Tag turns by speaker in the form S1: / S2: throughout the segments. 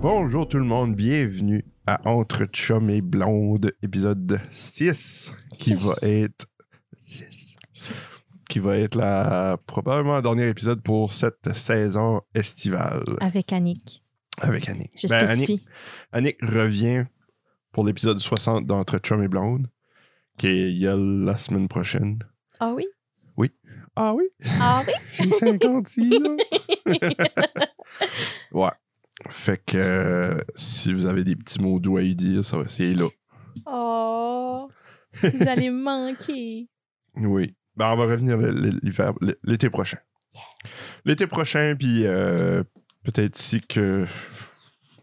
S1: Bonjour tout le monde, bienvenue à Entre Chum et Blonde, épisode 6, qui
S2: Six.
S1: va être. Qui va être la, probablement le dernier épisode pour cette saison estivale
S2: Avec Annick.
S1: avec Annick.
S2: Je
S1: Ben, Annick,
S2: spécifie.
S1: Annick revient pour l'épisode 60 d'Entre Chum et Blonde, qui est il y a la semaine prochaine.
S2: Ah oui?
S1: Ah oui,
S2: Ah oui?
S1: j'ai 56 ans. ouais. Fait que euh, si vous avez des petits mots doux à y dire, ça va- c'est là.
S2: Oh! Vous allez manquer.
S1: Oui. Ben, on va revenir l- l- l'hiver, l- l'été prochain. L'été prochain, puis euh, peut-être si que.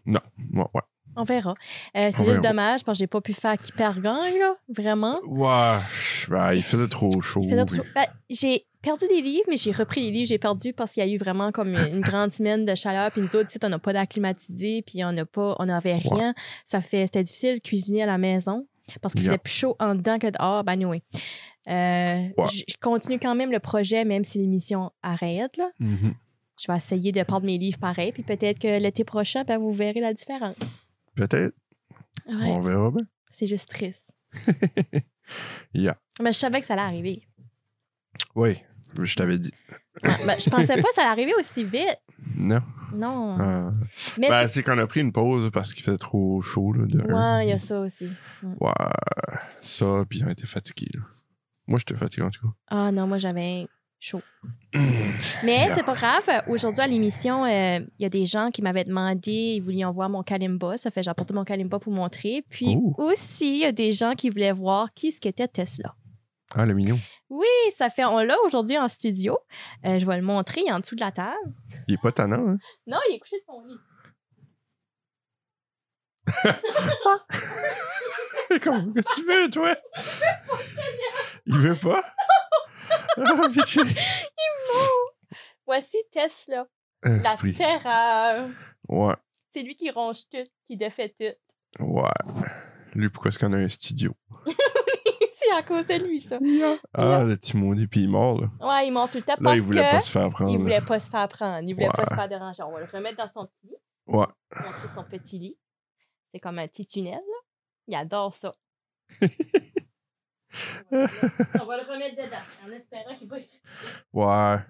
S1: Non. Ouais. ouais.
S2: On verra. Euh, c'est
S1: On
S2: juste
S1: verra.
S2: dommage parce que j'ai pas pu faire qui perd gagne, là. Vraiment.
S1: Ouais, je- ben, il faisait trop chaud.
S2: Il faisait trop chaud. Ben, j'ai perdu des livres, mais j'ai repris les livres que j'ai perdu parce qu'il y a eu vraiment comme une grande semaine de chaleur. Puis nous autres, ici, on n'a pas d'air climatisé, puis on n'a pas, on n'avait rien. Ça fait, c'était difficile de cuisiner à la maison parce qu'il
S1: Yeah.
S2: faisait plus chaud en dedans que dehors. Ben, anyway. Euh,
S1: Ouais.
S2: Je je continue quand même le projet, même si l'émission arrête, là.
S1: Mhm.
S2: Je vais essayer de prendre mes livres pareil, puis peut-être que l'été prochain, ben, vous verrez la différence.
S1: Peut-être.
S2: Ouais,
S1: On verra bien.
S2: c'est juste triste.
S1: Yeah.
S2: Mais je savais que ça allait arriver.
S1: Oui, je t'avais dit.
S2: Ouais, ben, je pensais pas que ça allait arriver aussi vite.
S1: Non.
S2: Non.
S1: Euh,
S2: Mais
S1: ben, c'est qu'on a pris une pause parce qu'il faisait trop chaud. Là, de
S2: c'est-
S1: un.
S2: Ouais, il y a ça aussi.
S1: Ouais. Ça, puis on était fatigués. là. Moi, j'étais fatigué en tout
S2: Ah non, moi j'avais chaud.
S1: cas.
S2: Mais
S1: Yeah.
S2: c'est pas grave. Aujourd'hui à l'émission, euh, il y a des gens qui m'avaient demandé, ils voulaient en voir mon kalimba. Ça fait j'ai apporté mon kalimba pour montrer. Puis
S1: Ouh.
S2: aussi, il y a des gens qui voulaient voir qui ce qu'était Tesla.
S1: Ah, le mignon.
S2: Et ça fait, on l'a aujourd'hui en studio. Euh, je vais le montrer, il est en dessous de la table.
S1: Il est pas tannant, hein?
S2: Non, il est couché de son lit.
S1: Comme, qu'est-ce que tu veux, toi? Il veut pas? Ah, pitié.
S2: Voici Tesla,
S1: Euh,
S2: la
S1: esprit.
S2: terreur.
S1: Ouais,
S2: C'est lui qui ronge tout, qui défait tout.
S1: ouais. Lui, pourquoi est-ce qu'on a un studio?
S2: c'est à cause de lui, ça.
S1: Ah, le petit maudit, puis il est mort, là.
S2: Ouais, il monte tout le temps
S1: Là,
S2: parce
S1: il voulait
S2: que...
S1: pas se faire prendre.
S2: Il
S1: là.
S2: voulait pas se faire prendre. Il voulait pas
S1: Ouais.
S2: se faire déranger. On va le remettre dans son petit lit.
S1: Ouais.
S2: Il a pris son petit lit. C'est comme un petit tunnel. là. Il adore ça. on, va le remettre- on va le remettre dedans en espérant qu'il va.
S1: Ouais.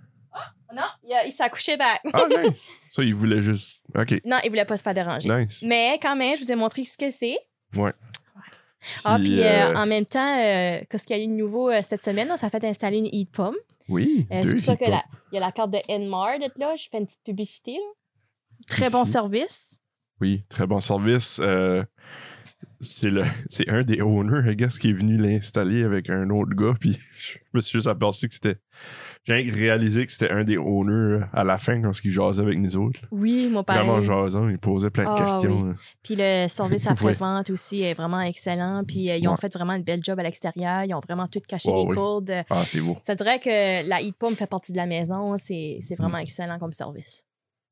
S2: Non, il, a- il s'est accouché back.
S1: Ah, nice. Ça, il voulait juste. OK,
S2: Non, il voulait pas se faire déranger.
S1: nice.
S2: Mais quand même, je vous ai montré ce que c'est. Ah,
S1: Puis,
S2: puis euh,
S1: euh,
S2: en même temps, euh, qu'est-ce qu'il y a eu de nouveau euh, cette semaine? On s'est fait installer une heat pomme.
S1: Oui,
S2: Euh,
S1: deux
S2: c'est pour ça
S1: hip-hop.
S2: qu'il y a la carte de Enmar d'être là. Je fais une petite publicité. là. Très
S1: Ici.
S2: bon service.
S1: Oui, très bon service. Euh, c'est le, c'est un des owners, I guess, qui est venu l'installer avec un autre gars. Puis je me suis juste aperçu que c'était. J'ai réalisé que c'était un des owners à la fin quand il jasait avec nous autres. là.
S2: Oui, mon père.
S1: Vraiment jasant, il posait plein de
S2: Ben. Ah,
S1: questions.
S2: oui.
S1: là.
S2: Puis le service
S1: Ouais.
S2: après-vente aussi est vraiment excellent. Puis euh, ils ont
S1: Ouais.
S2: fait vraiment une belle job à l'extérieur. Ils ont vraiment tout caché
S1: Ouais,
S2: les
S1: oui.
S2: coudes.
S1: Ah, c'est beau.
S2: Ça dirait que la heat pump fait partie de la maison. C'est c'est
S1: Mm.
S2: vraiment excellent comme service.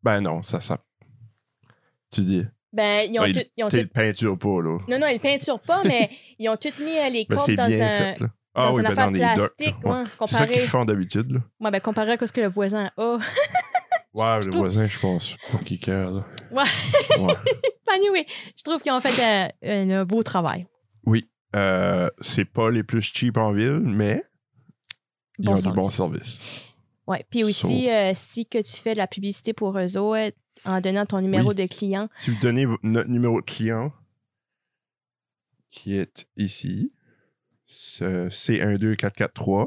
S1: Ben non, ça, ça. Tu dis.
S2: Ben, ils ont
S1: Ouais,
S2: tout. ils ont
S1: T'es
S2: tout-
S1: de peinture pas, là.
S2: Non, non, ils peinturent pas, mais ils ont tout mis euh, les
S1: Ben,
S2: cordes
S1: c'est
S2: dans
S1: bien
S2: un.
S1: fait, là.
S2: Dans
S1: Ah oui,
S2: une
S1: ben
S2: affaire
S1: dans
S2: de
S1: les
S2: plastique,
S1: docks. là. Ouais.
S2: ouais,
S1: C'est ça qu'ils
S2: comparé,
S1: font d'habitude, là.
S2: ouais, ben, comparé à ce que le voisin a.
S1: Ouais,
S2: je
S1: le
S2: trouve-
S1: voisin, je pense. Pas qu'il cœur, là. ouais.
S2: Ben, anyway, je trouve qu'ils ont fait euh, un, beau travail.
S1: Oui. Euh, c'est pas les plus cheap en ville, mais ils
S2: Bon
S1: ont
S2: service.
S1: du bon service.
S2: Ouais. Puis aussi, euh, si que tu fais de la publicité pour eux autres en donnant ton numéro
S1: Oui.
S2: de client,
S1: Si vous donnez vo- notre numéro de client, qui est ici, ce C12443. Ah,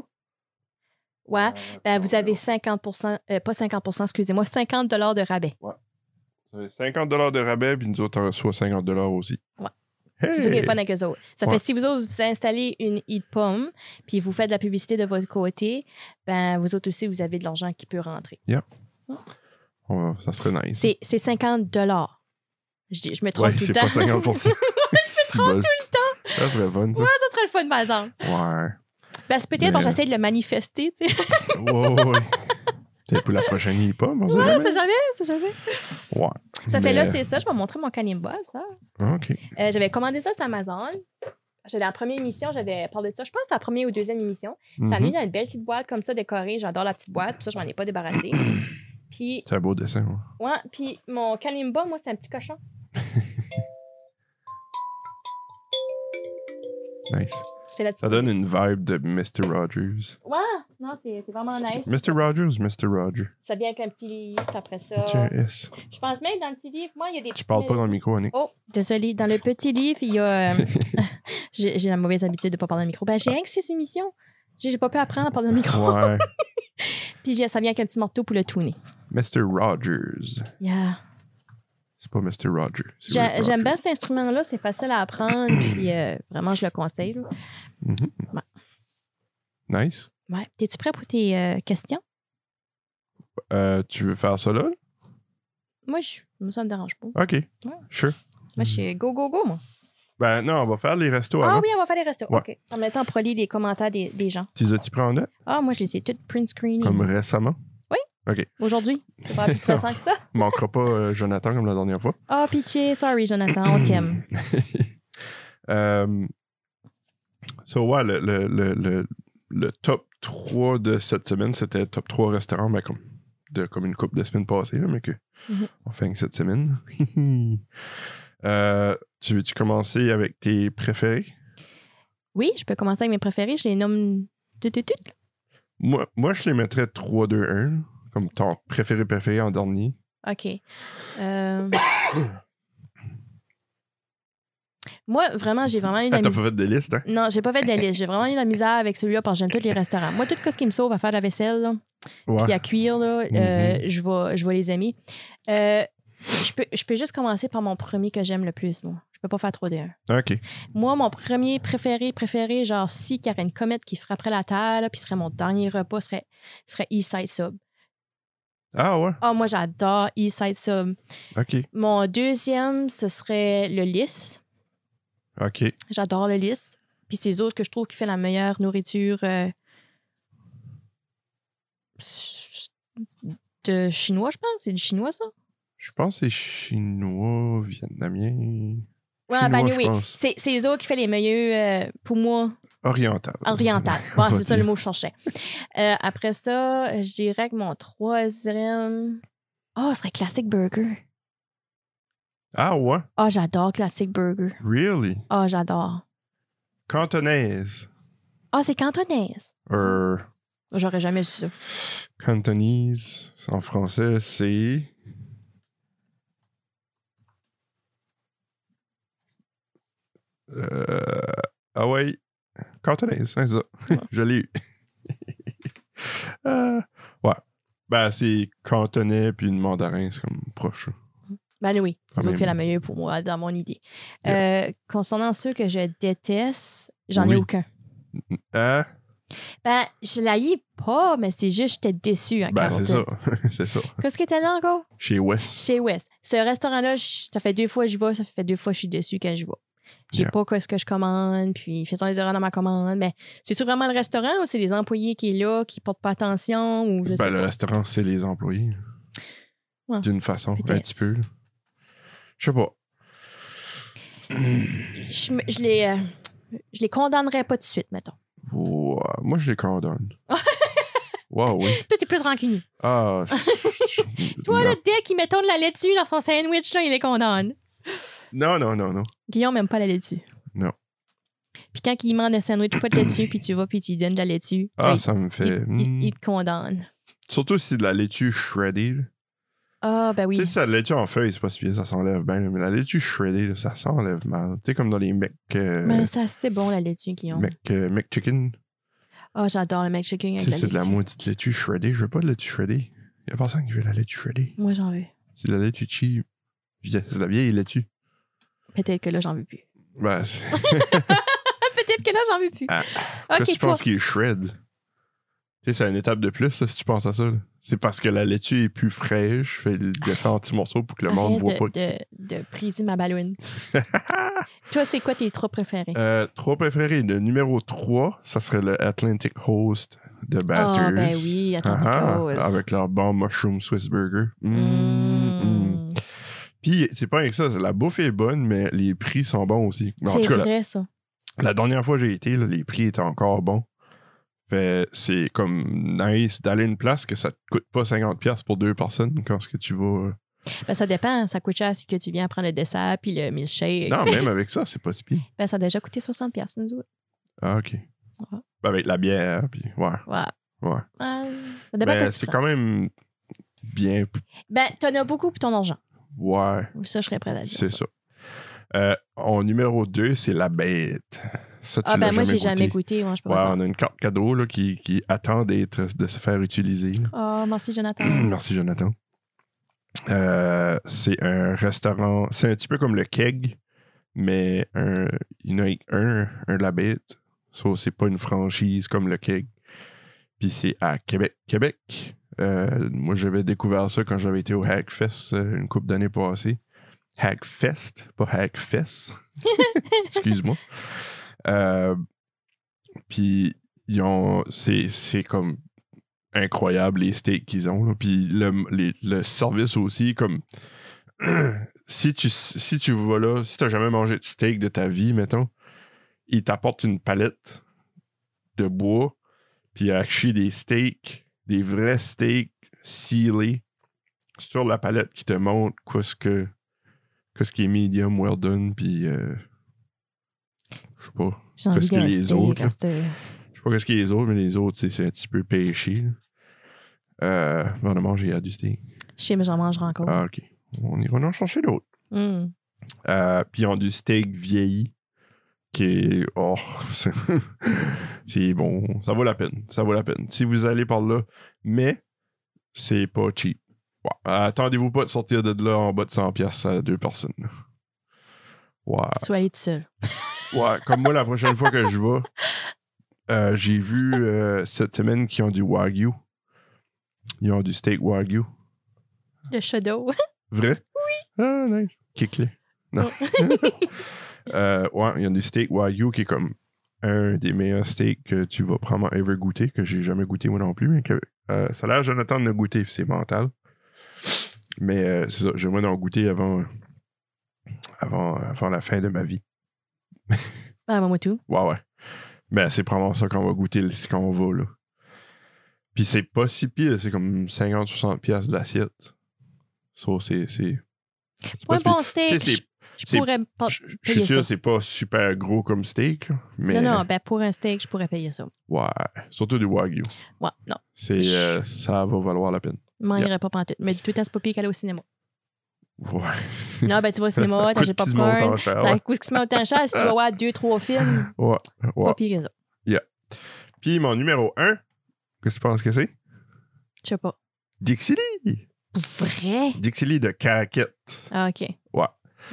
S2: ouais, Ben, vous avez 50 euh, pas 50 excusez-moi, 50 de rabais.
S1: Vous avez 50 de rabais, puis nous autres, on reçoit 50 aussi.
S2: Ouais.
S1: Hey!
S2: C'est sûr qu'il est fun avec eux autres. Ça
S1: Ouais.
S2: fait si vous autres, vous installez une e pomme puis vous faites de la publicité de votre côté, ben, vous autres aussi, vous avez de l'argent qui peut rentrer.
S1: On va- ça serait nice.
S2: C'est c'est 50 je, dis- je me trompe
S1: Ouais,
S2: tout le
S1: c'est
S2: temps.
S1: pas 50 Je me tout le temps. Ça serait fun, ça.
S2: Ouais, Ah, ça serait le fun, par exemple.
S1: Ouais.
S2: Ben, c'est peut-être
S1: Mais-
S2: que j'essaie de le manifester, tu sais.
S1: Ouais, ouais, ouais. Peut-être pour la prochaine hip-hop, on sait
S2: Ouais,
S1: jamais.
S2: c'est jamais, c'est jamais.
S1: Ouais.
S2: Ça fait
S1: Mais-
S2: là, c'est ça. Je vais montrer mon canimba, ça.
S1: OK.
S2: Euh, j'avais commandé ça sur Amazon. J'avais la première émission, j'avais parlé de ça. Je pense que c'est la première ou deuxième émission. Ça a
S1: Mhm.
S2: mis dans une belle petite boîte comme ça décorée. J'adore la petite boîte, pour ça je m'en ai pas débarrassée. puis,
S1: C'est un beau dessin, ouais.
S2: ouais, puis mon Kalimba, moi, c'est un petit cochon.
S1: Nice.
S2: Fais la petite-
S1: Ça donne une vibe de Mr. Rogers.
S2: Ouais, non, c'est c'est vraiment nice.
S1: Mr. Rogers, Mr. Roger.
S2: Ça vient avec un petit livre, puis après ça.
S1: Tu as un S.
S2: Je pense même dans le petit livre, moi, il y a des
S1: Tu parles pas dans le micro, Annick.
S2: Oh, désolé, dans le petit livre, il y a. euh, j'ai j'ai la mauvaise habitude de pas parler dans le micro. Ben, j'ai rien que six émissions. J'ai j'ai pas pu apprendre à parler dans le micro.
S1: Ouais.
S2: Puis j'ai- ça vient avec un petit morceau pour le tourner.
S1: Mr. Rogers.
S2: Yeah.
S1: C'est pas Mr. Roger. c'est
S2: J'a-
S1: Rick
S2: J'aime
S1: Roger.
S2: bien cet instrument-là, c'est facile à apprendre, puis euh, vraiment, je le conseille. là.
S1: Mhm. Nice.
S2: Ouais. T'es-tu prêt pour tes euh, questions?
S1: Euh, tu veux faire ça là?
S2: Moi, je, moi, ça me dérange pas.
S1: Ok. Sure.
S2: Moi, je suis go, go, go, moi.
S1: Ben non, on va faire les restos
S2: Ah
S1: avant.
S2: oui, on va faire les restos.
S1: Ouais.
S2: OK. En même temps, pour lire les commentaires des, des gens.
S1: Tu les as-tu pris en note?
S2: Ah, moi, je les ai toutes print screenées.
S1: Comme récemment?
S2: Aujourd'hui. C'est pas plus stressant que ça.
S1: Manquera pas euh, Jonathan comme la dernière fois.
S2: Ah, pitié. Sorry, Jonathan. On t'aime.
S1: Mmh. Euh, so, ouais, le, le, le, le, le top 3 de cette semaine, c'était top 3 restaurants, mais comme, de, comme une coupe de semaine passée, là, mais que
S2: Mhm.
S1: on fait que cette semaine. Euh, tu veux-tu commencer avec tes préférés?
S2: Oui, je peux commencer avec mes préférés. Je les nomme tout, tout, tout.
S1: Moi, moi, je les mettrais 3, 2, 1, comme ton préféré préféré en dernier.
S2: OK. Euh, Moi, vraiment, j'ai vraiment eu de
S1: Ah,
S2: la
S1: t'as
S2: misère.
S1: pas fait de liste, hein?
S2: Non, j'ai pas fait de la liste. J'ai vraiment eu de la misère avec celui-là parce que j'aime tous les restaurants. Moi, tout ce qui me sauve à faire de la vaisselle, là, puis
S1: Ouais.
S2: à cuire, là, euh, je, vais, je vais les aimer. Euh, je, peux, je peux juste commencer par mon premier que j'aime le plus, moi. Je peux pas faire trop de un.
S1: Ok.
S2: Moi, mon premier préféré, préféré, genre si qu'il y aurait une comète qui frapperait la Terre, là, puis serait mon dernier repas, serait, serait East Side Sub.
S1: Ah ouais?
S2: Ah, moi, j'adore East Side Sub.
S1: Ok.
S2: Mon deuxième, ce serait le lys.
S1: Ok.
S2: J'adore le lys. Puis ces autres que je trouve qui fait la meilleure nourriture euh, de chinois, je pense. C'est du chinois, ça?
S1: Je pense que c'est chinois, vietnamien.
S2: Ouais,
S1: Chinois,
S2: ben
S1: je
S2: oui.
S1: pense.
S2: C'est c'est eux autres qui fait les meilleurs, euh, pour moi,
S1: Oriental.
S2: oriental. Bon,
S1: On va
S2: c'est ça le
S1: dire.
S2: mot que je cherchais. Euh, après ça, euh, je dirais que mon troisième. Oh, ce serait Classic Burger.
S1: Ah ouais?
S2: Ah, j'adore Classic Burger.
S1: Really?
S2: Ah, j'adore.
S1: Cantonaise.
S2: Ah, c'est cantonaise.
S1: Euh,
S2: J'aurais jamais su ça.
S1: cantonese, en français, c'est. Euh, ah ouais, cantonaise, hein, c'est ça. Je l'ai eu. Euh, ouais. Ben, c'est cantonais puis une mandarin, c'est comme proche.
S2: Ben oui, c'est
S1: Quand
S2: sûr que
S1: même.
S2: c'est la meilleure pour moi, dans mon idée. Euh, concernant ceux que je déteste, j'en ai
S1: Oui.
S2: aucun.
S1: Hein?
S2: Ben, je l'haïs pas, mais c'est juste j'étais déçue en
S1: Ben, c'est ça.
S2: quarantaine.
S1: c'est ça.
S2: Qu'est-ce qui était là encore?
S1: Chez West.
S2: Chez West. Ce restaurant-là, je- ça fait deux fois que j'y vais, ça fait deux fois que je suis déçue quand j'y vais. J'ai
S1: Yeah.
S2: pas quoi ce que je commande, puis faisons les erreurs dans ma commande. Mais c'est-tu vraiment le restaurant ou c'est les employés qui est là, qui portent pas attention ou je
S1: Ben,
S2: sais
S1: le
S2: pas.
S1: restaurant, c'est les employés.
S2: Ouais.
S1: D'une façon, un
S2: Peut-être.
S1: petit peu. là. Je sais pas.
S2: Je, me- je les, euh, je les condamnerais pas tout de suite, mettons.
S1: Ouais, Moi, je les condamne. wow, oui.
S2: Toi, t'es plus rancunier.
S1: Ah, c'est-
S2: Toi, là, dès qu'il mettent de la laitue dans son sandwich, là, il les condamne.
S1: non, non, non, non.
S2: Guillaume n'aime pas la laitue.
S1: Non.
S2: Puis quand il mange un sandwich pas de laitue, puis tu vas puis tu lui donnes de la laitue,
S1: Ah,
S2: ouais,
S1: ça me
S2: il,
S1: fait.
S2: il-
S1: hmm.
S2: il te condamne.
S1: Surtout si c'est de la laitue shredded. là.
S2: Ah, ben
S1: Tu
S2: oui.
S1: sais, si c'est de la laitue en feuille, c'est pas si bien, ça s'enlève bien. là, Mais la laitue shredded, là, ça s'enlève mal. Tu sais, comme dans les euh, mecs.
S2: Mais ça, c'est bon, la laitue, Guillaume.
S1: euh, chicken.
S2: Ah, j'adore le McChicken
S1: Tu
S2: avec
S1: sais,
S2: la
S1: c'est
S2: laitue.
S1: de la maudite laitue shredded. Je veux pas de laitue shredded. Il y a personne qui veut de la laitue shredded.
S2: Moi, j'en veux.
S1: C'est de la laitue cheap. C'est de la vieille laitue.
S2: Peut-être que là, j'en veux plus.
S1: Ben, c'est-
S2: Peut-être que là, j'en veux plus.
S1: Ah. Qu'est-ce que
S2: ok,
S1: tu
S2: toi.
S1: penses qu'il est shred? Tu sais, c'est une étape de plus, là, si tu penses à ça. là. C'est parce que la laitue est plus fraîche, fait le défait en petits morceaux pour que le monde
S2: Ah. Arrête
S1: ne voit pas.
S2: de,
S1: que c'est-
S2: de, de briser ma ballonne. toi, c'est quoi tes trois préférés?
S1: Euh, trois préférés. Le numéro 3, ça serait le Atlantic Host de Batters.
S2: Ah, ben oui, Atlantic
S1: Ah,
S2: Rose.
S1: ah, Avec leur bon mushroom Swiss burger.
S2: Hmm.
S1: Mm, mm.
S2: Mm.
S1: Puis, c'est pas avec ça, c'est- la bouffe est bonne, mais les prix sont bons aussi. Mais en
S2: C'est
S1: tout cas, la-
S2: vrai, ça.
S1: La dernière fois que j'ai été, là, les prix étaient encore bons. Fait c'est comme nice d'aller à une place que ça te coûte pas 50$ piastres pour deux personnes quand ce que tu vas euh,
S2: Ben, ça dépend. Ça coûte cher si que tu viens prendre le dessert puis le milkshake.
S1: Non, même avec ça, c'est pas si pire.
S2: Ben, ça a déjà coûté 60$, piastres, nous autres.
S1: Ah, OK.
S2: Ouais.
S1: Ben, avec la bière, puis ouais.
S2: Ouais.
S1: ouais.
S2: Ouais. Ça dépend
S1: Mais
S2: qu'est-ce que
S1: Ben, c'est
S2: tu prends.
S1: quand même bien. p-
S2: Ben, t'en as beaucoup pour ton argent.
S1: Ouais,
S2: Ça, je serais prête à dire.
S1: c'est ça. Euh, en numéro 2, c'est la bête. Ça, tu
S2: Ah,
S1: l'as
S2: ben, moi, j'ai
S1: jamais
S2: jamais
S1: goûté.
S2: goûté. Ouais, je peux
S1: Ouais,
S2: pas savoir.
S1: on a une carte cadeau là, qui, qui attend d'être, de se faire utiliser. là.
S2: Oh, merci, Jonathan.
S1: Merci, Jonathan. Euh, c'est un restaurant. C'est un petit peu comme le keg, mais un, il y en a un, un de la bête. So, c'est pas une franchise comme le keg. Puis c'est à Québec. Québec. Euh, moi, j'avais découvert ça quand j'avais été au Hackfest euh, une couple d'années passées. Hackfest, pas Hackfest. Excuse-moi. Euh, puis ils ont. C'est c'est comme incroyable les steaks qu'ils ont. là. Puis le, les- le service aussi, comme si tu si tu vas là, si t'as jamais mangé de steak de ta vie, mettons, ils t'apportent une palette de bois, puis achètent des steaks, des vrais steaks sealés sur la palette qui te montre qu'est-ce que qu'est-ce qui est medium well done, puis euh, je sais pas.
S2: J'ai envie
S1: Parce que
S2: d'un
S1: les
S2: steak,
S1: autres, là.
S2: parce que-
S1: Je sais pas qu'est-ce qu'il y a les autres, mais les autres, c'est- c'est un petit peu pêché. là. Euh, on a mangé à du steak.
S2: Je sais, mais j'en mangerai encore.
S1: Ah, ok. On ira en chercher d'autres.
S2: Mm.
S1: Euh, puis ils ont du steak vieilli qui est. Oh, c'est- c'est bon. Ça vaut la peine. Ça vaut la peine. Si vous allez par là, mais c'est pas cheap. Ouais. Euh, Attendez-vous pas de sortir de là en bas de 100$ à deux personnes. là. Ouais.
S2: Soit aller tout seul.
S1: Ouais, comme moi, la prochaine fois que je vais, euh, j'ai vu euh, cette semaine qu'ils ont du Wagyu. Ils ont du steak Wagyu.
S2: Le shadow.
S1: Vrai? Oui. Ah, nice. Kick-les. Non. Euh, ouais, il y a du steak Wagyu qui est comme un des meilleurs steaks que tu vas probablement ever goûter, que j'ai jamais goûté moi non plus, mais que euh, ça a l'air Jonathan de goûter, c'est mental. Mais euh, c'est ça, j'aimerais en goûter avant, avant, avant la fin de ma vie.
S2: Ah, ben, moi, tout.
S1: Ouais, ouais. Ben, c'est probablement ça qu'on va goûter, le- ce qu'on va, là. Puis c'est pas si pire, c'est comme 50-60 piastres de l'assiette. Ça, c'est... C'est c'est
S2: Pas
S1: pas
S2: un
S1: si pire.
S2: bon
S1: Tu
S2: steak.
S1: sais,
S2: Je
S1: c'est-
S2: je
S1: c'est-
S2: pourrais. me pas-
S1: je- Je suis
S2: payer ça.
S1: sûr c'est pas super gros comme steak, là, mais...
S2: Non, non, ben, pour un steak, je pourrais payer ça.
S1: Ouais, surtout du Wagyu.
S2: Ouais, non.
S1: C'est... euh, ça va valoir la peine.
S2: Je m'en irais pas pantoute. Mais du tout le temps, c'est pas pire qu'aller au cinéma.
S1: Ouais.
S2: Non, ben, tu vas au
S1: Ça
S2: cinéma,
S1: coûte
S2: t'achètes pas
S1: quasiment
S2: popcorn.
S1: autant cher,
S2: Ça
S1: Ah ouais.
S2: coûte quasiment autant cher si tu vas voir deux, trois films.
S1: Ouais, ouais.
S2: Pas pire que ça.
S1: Puis mon numéro 1, qu'est-ce que tu penses que c'est?
S2: Je sais pas.
S1: Dixili!
S2: Pour vrai?
S1: Dixili de Caraquette.
S2: Ah, OK.
S1: Ouais.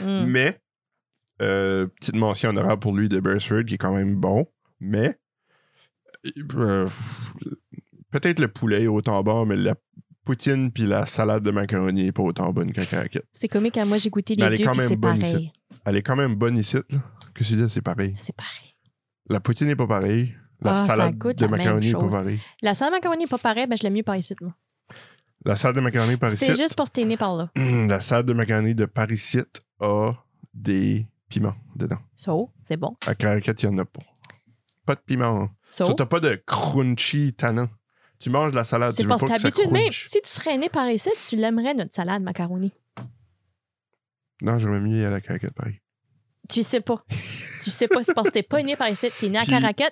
S1: Hmm.
S2: Mm.
S1: Mais, euh, petite mention honorable pour lui de Beresford, qui est quand même bon. Mais, euh, pff, peut-être le poulet est autant bon, mais la poutine puis la salade de macaroni est pas autant bonne qu'un caraquette.
S2: C'est comique, hein, moi j'ai goûté les
S1: Mais elle est
S2: deux,
S1: quand
S2: puis
S1: même
S2: c'est
S1: bonne
S2: pareil.
S1: Elle est quand même bonne ici. Là. Que tu dis, c'est pareil.
S2: C'est pareil.
S1: La poutine n'est pas pareille. La
S2: Ah, ça
S1: salade
S2: goûte
S1: de
S2: la même
S1: macaroni n'est pas
S2: chose.
S1: pareille.
S2: La salade macaroni n'est pas pareille, ben je l'aime mieux par ici. moi.
S1: La salade de macaroni par ici.
S2: C'est juste parce que t'es né par là.
S1: La salade de macaroni de Parisiette a des piments dedans.
S2: So, c'est bon.
S1: À caraquette, il n'y en a pas. Pas de piment. hein.
S2: So,
S1: Ça, t'as pas de crunchy tannant. Tu manges de la salade, tu
S2: c'est
S1: veux
S2: parce que
S1: pas que ça
S2: t'habitues. Même
S1: crunch.
S2: si tu serais né par ici, tu l'aimerais notre salade macaroni.
S1: Non, j'aimerais mieux y aller à la caraquette, pareil.
S2: Tu sais pas. tu sais pas, c'est parce que t'es pas né par ici, t'es né à
S1: Puis-
S2: Caracat.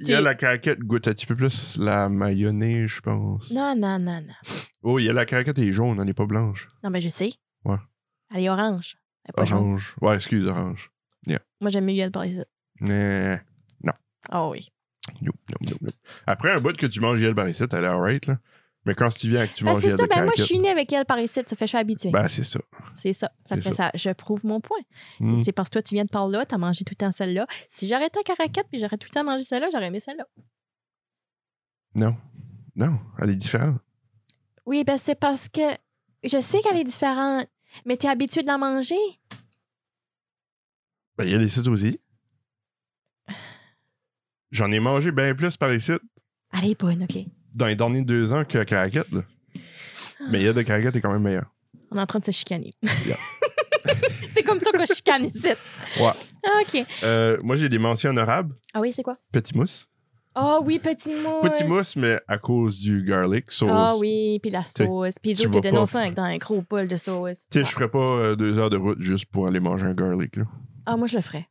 S1: Il
S2: Tu-
S1: y a la caraquette goûte un petit peu plus la mayonnaise, je pense.
S2: Non, non, non, non.
S1: Oh, il y a la caraquette, elle est jaune, elle n'est pas blanche.
S2: Non, ben je sais.
S1: Ouais.
S2: Elle est orange. Elle est pas jaune.
S1: Orange. Ouais, excuse, orange.
S2: Moi j'aime mieux elle par ici.
S1: Mais...
S2: Ah oui.
S1: Non, non, non, non. Après un bout que tu manges Yel Baricette, elle est alright, là. Mais quand tu viens et que tu
S2: Ben,
S1: manges
S2: c'est
S1: Yel
S2: ça,
S1: de
S2: ben moi je
S1: caraquette-
S2: suis née avec elle par ici, ça fait que je suis habituée.
S1: Ben, c'est ça.
S2: c'est ça, ça
S1: c'est
S2: fait ça. Je prouve mon point.
S1: Mm.
S2: C'est parce que toi, tu viens de par là, t'as mangé tout le temps celle-là. Si j'arrêtais à Caracat puis j'aurais tout le temps mangé celle-là, j'aurais aimé celle-là.
S1: Non. Non, elle est différente.
S2: Oui, ben c'est parce que je sais qu'elle est différente, mais t'es habitué de la manger.
S1: Ben, il y a les sites aussi. J'en ai mangé bien plus par ici
S2: Elle est bonne, OK.
S1: dans les derniers deux ans que Caraquette. là. Mais Yel de Caraquette est quand même meilleur.
S2: On est en train de se chicaner.
S1: Yeah.
S2: c'est comme ça que je chicane ici.
S1: Ouais.
S2: Ah, OK.
S1: Euh, moi, j'ai des mentions honorables.
S2: Ah oui, c'est quoi?
S1: Petit mousse.
S2: Ah oui, petit mousse.
S1: Petit mousse, mais à cause du garlic sauce.
S2: Ah oui, puis la
S1: T'sais,
S2: sauce. Puis
S1: tu
S2: Joe
S1: vas
S2: te
S1: pas-
S2: dénonçant avec dans un gros bol de sauce.
S1: Tu sais, je ferais pas euh, deux heures de route juste pour aller manger un garlic, là.
S2: Ah, moi, je le ferais.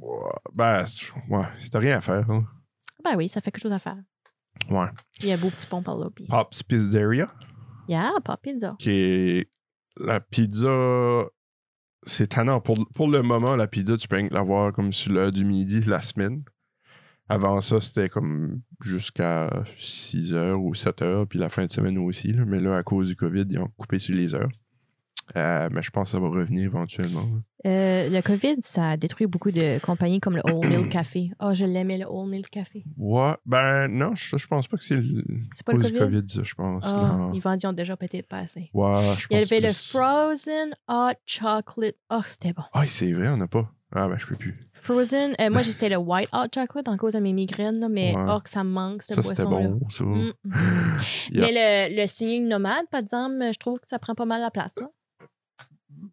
S1: Ouais, Ben, c'est- ouais, si t'as rien à faire, hein.
S2: Ben oui, ça fait quelque chose à faire.
S1: Ouais.
S2: Il y a un beau petit pont par là. Puis...
S1: Pop's Pizzeria,
S2: Yeah, pas pizza.
S1: qui est la pizza. C'est tannant. Pour, pour le moment, la pizza, tu peux rien que l'avoir comme sur l'heure du midi la semaine. Avant ça, c'était comme jusqu'à 6 heures ou 7 heures, puis la fin de semaine aussi. là. Mais là, à cause du COVID, ils ont coupé sur les heures. Euh, mais je pense que ça va revenir éventuellement. là.
S2: Euh, le COVID, ça a détruit beaucoup de compagnies comme le Old Mill Café. Ah, je l'aimais, le Old Mill Café.
S1: Ouais. Ben, non, je, je pense pas que c'est le-
S2: C'est pas le
S1: cause du
S2: COVID?
S1: COVID, ça, je pense.
S2: Ah,
S1: non.
S2: ils vendaient déjà peut-être pas assez.
S1: Ouais, je pense
S2: Il y avait
S1: que
S2: le
S1: c'est-
S2: Frozen Hot Chocolate. Oh, c'était bon.
S1: Ah, c'est vrai, on n'a pas. Ah, ben, je peux plus.
S2: Frozen, euh, moi, j'étais le White Hot Chocolate en cause de mes migraines, là, mais
S1: Ouais.
S2: oh, que ça me manque, ce
S1: Ça, c'était
S2: boisson-là.
S1: bon, ça.
S2: Mm.
S1: Yeah.
S2: Mais le, le Singing Nomade, par exemple, je trouve que ça prend pas mal la place. hein.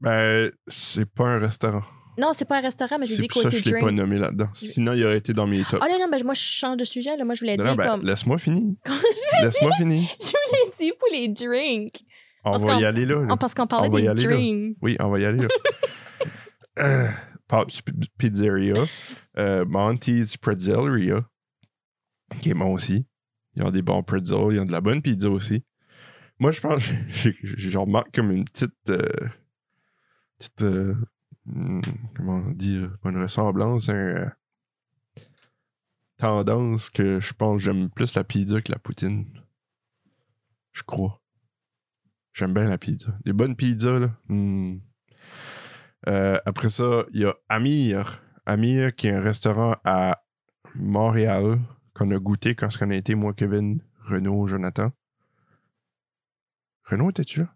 S1: Ben, c'est pas un restaurant.
S2: Non, c'est pas un restaurant, mais je
S1: C'est
S2: dis
S1: pour ça que
S2: côté
S1: je l'ai pas
S2: drink.
S1: nommé là-dedans. Sinon, il aurait été dans mes tops.
S2: Oh non, non, ben, moi, je change de sujet. Là. Moi, je voulais
S1: Non,
S2: dire
S1: ben,
S2: comme.
S1: Laisse-moi finir.
S2: comme-
S1: Laisse-moi finir.
S2: je voulais dire pour les drinks.
S1: On
S2: Parce
S1: va
S2: qu'on-
S1: y aller là. là.
S2: Oh, parce qu'on parlait
S1: On va y
S2: des
S1: aller, là.
S2: drinks.
S1: Oui, on va y aller là. Euh, Pop's P- Pizzeria. euh, Monty's Pretzelria. Qui est bon aussi. Ils ont des bons pretzels. Ils ont de la bonne pizza aussi. Moi, je pense, j'ai- j'ai- j'en remarque comme une petite. euh, petite. euh, hmm, comment dire Pas une ressemblance, un. euh, tendance que je pense que j'aime plus la pizza que la poutine. Je crois. J'aime bien la pizza. Des bonnes pizzas, là. Hmm. Euh, après ça, il y a Amir. Amir, qui est un restaurant à Montréal qu'on a goûté quand on a été, moi, Kevin, Renaud, Jonathan. Renaud, étais-tu là?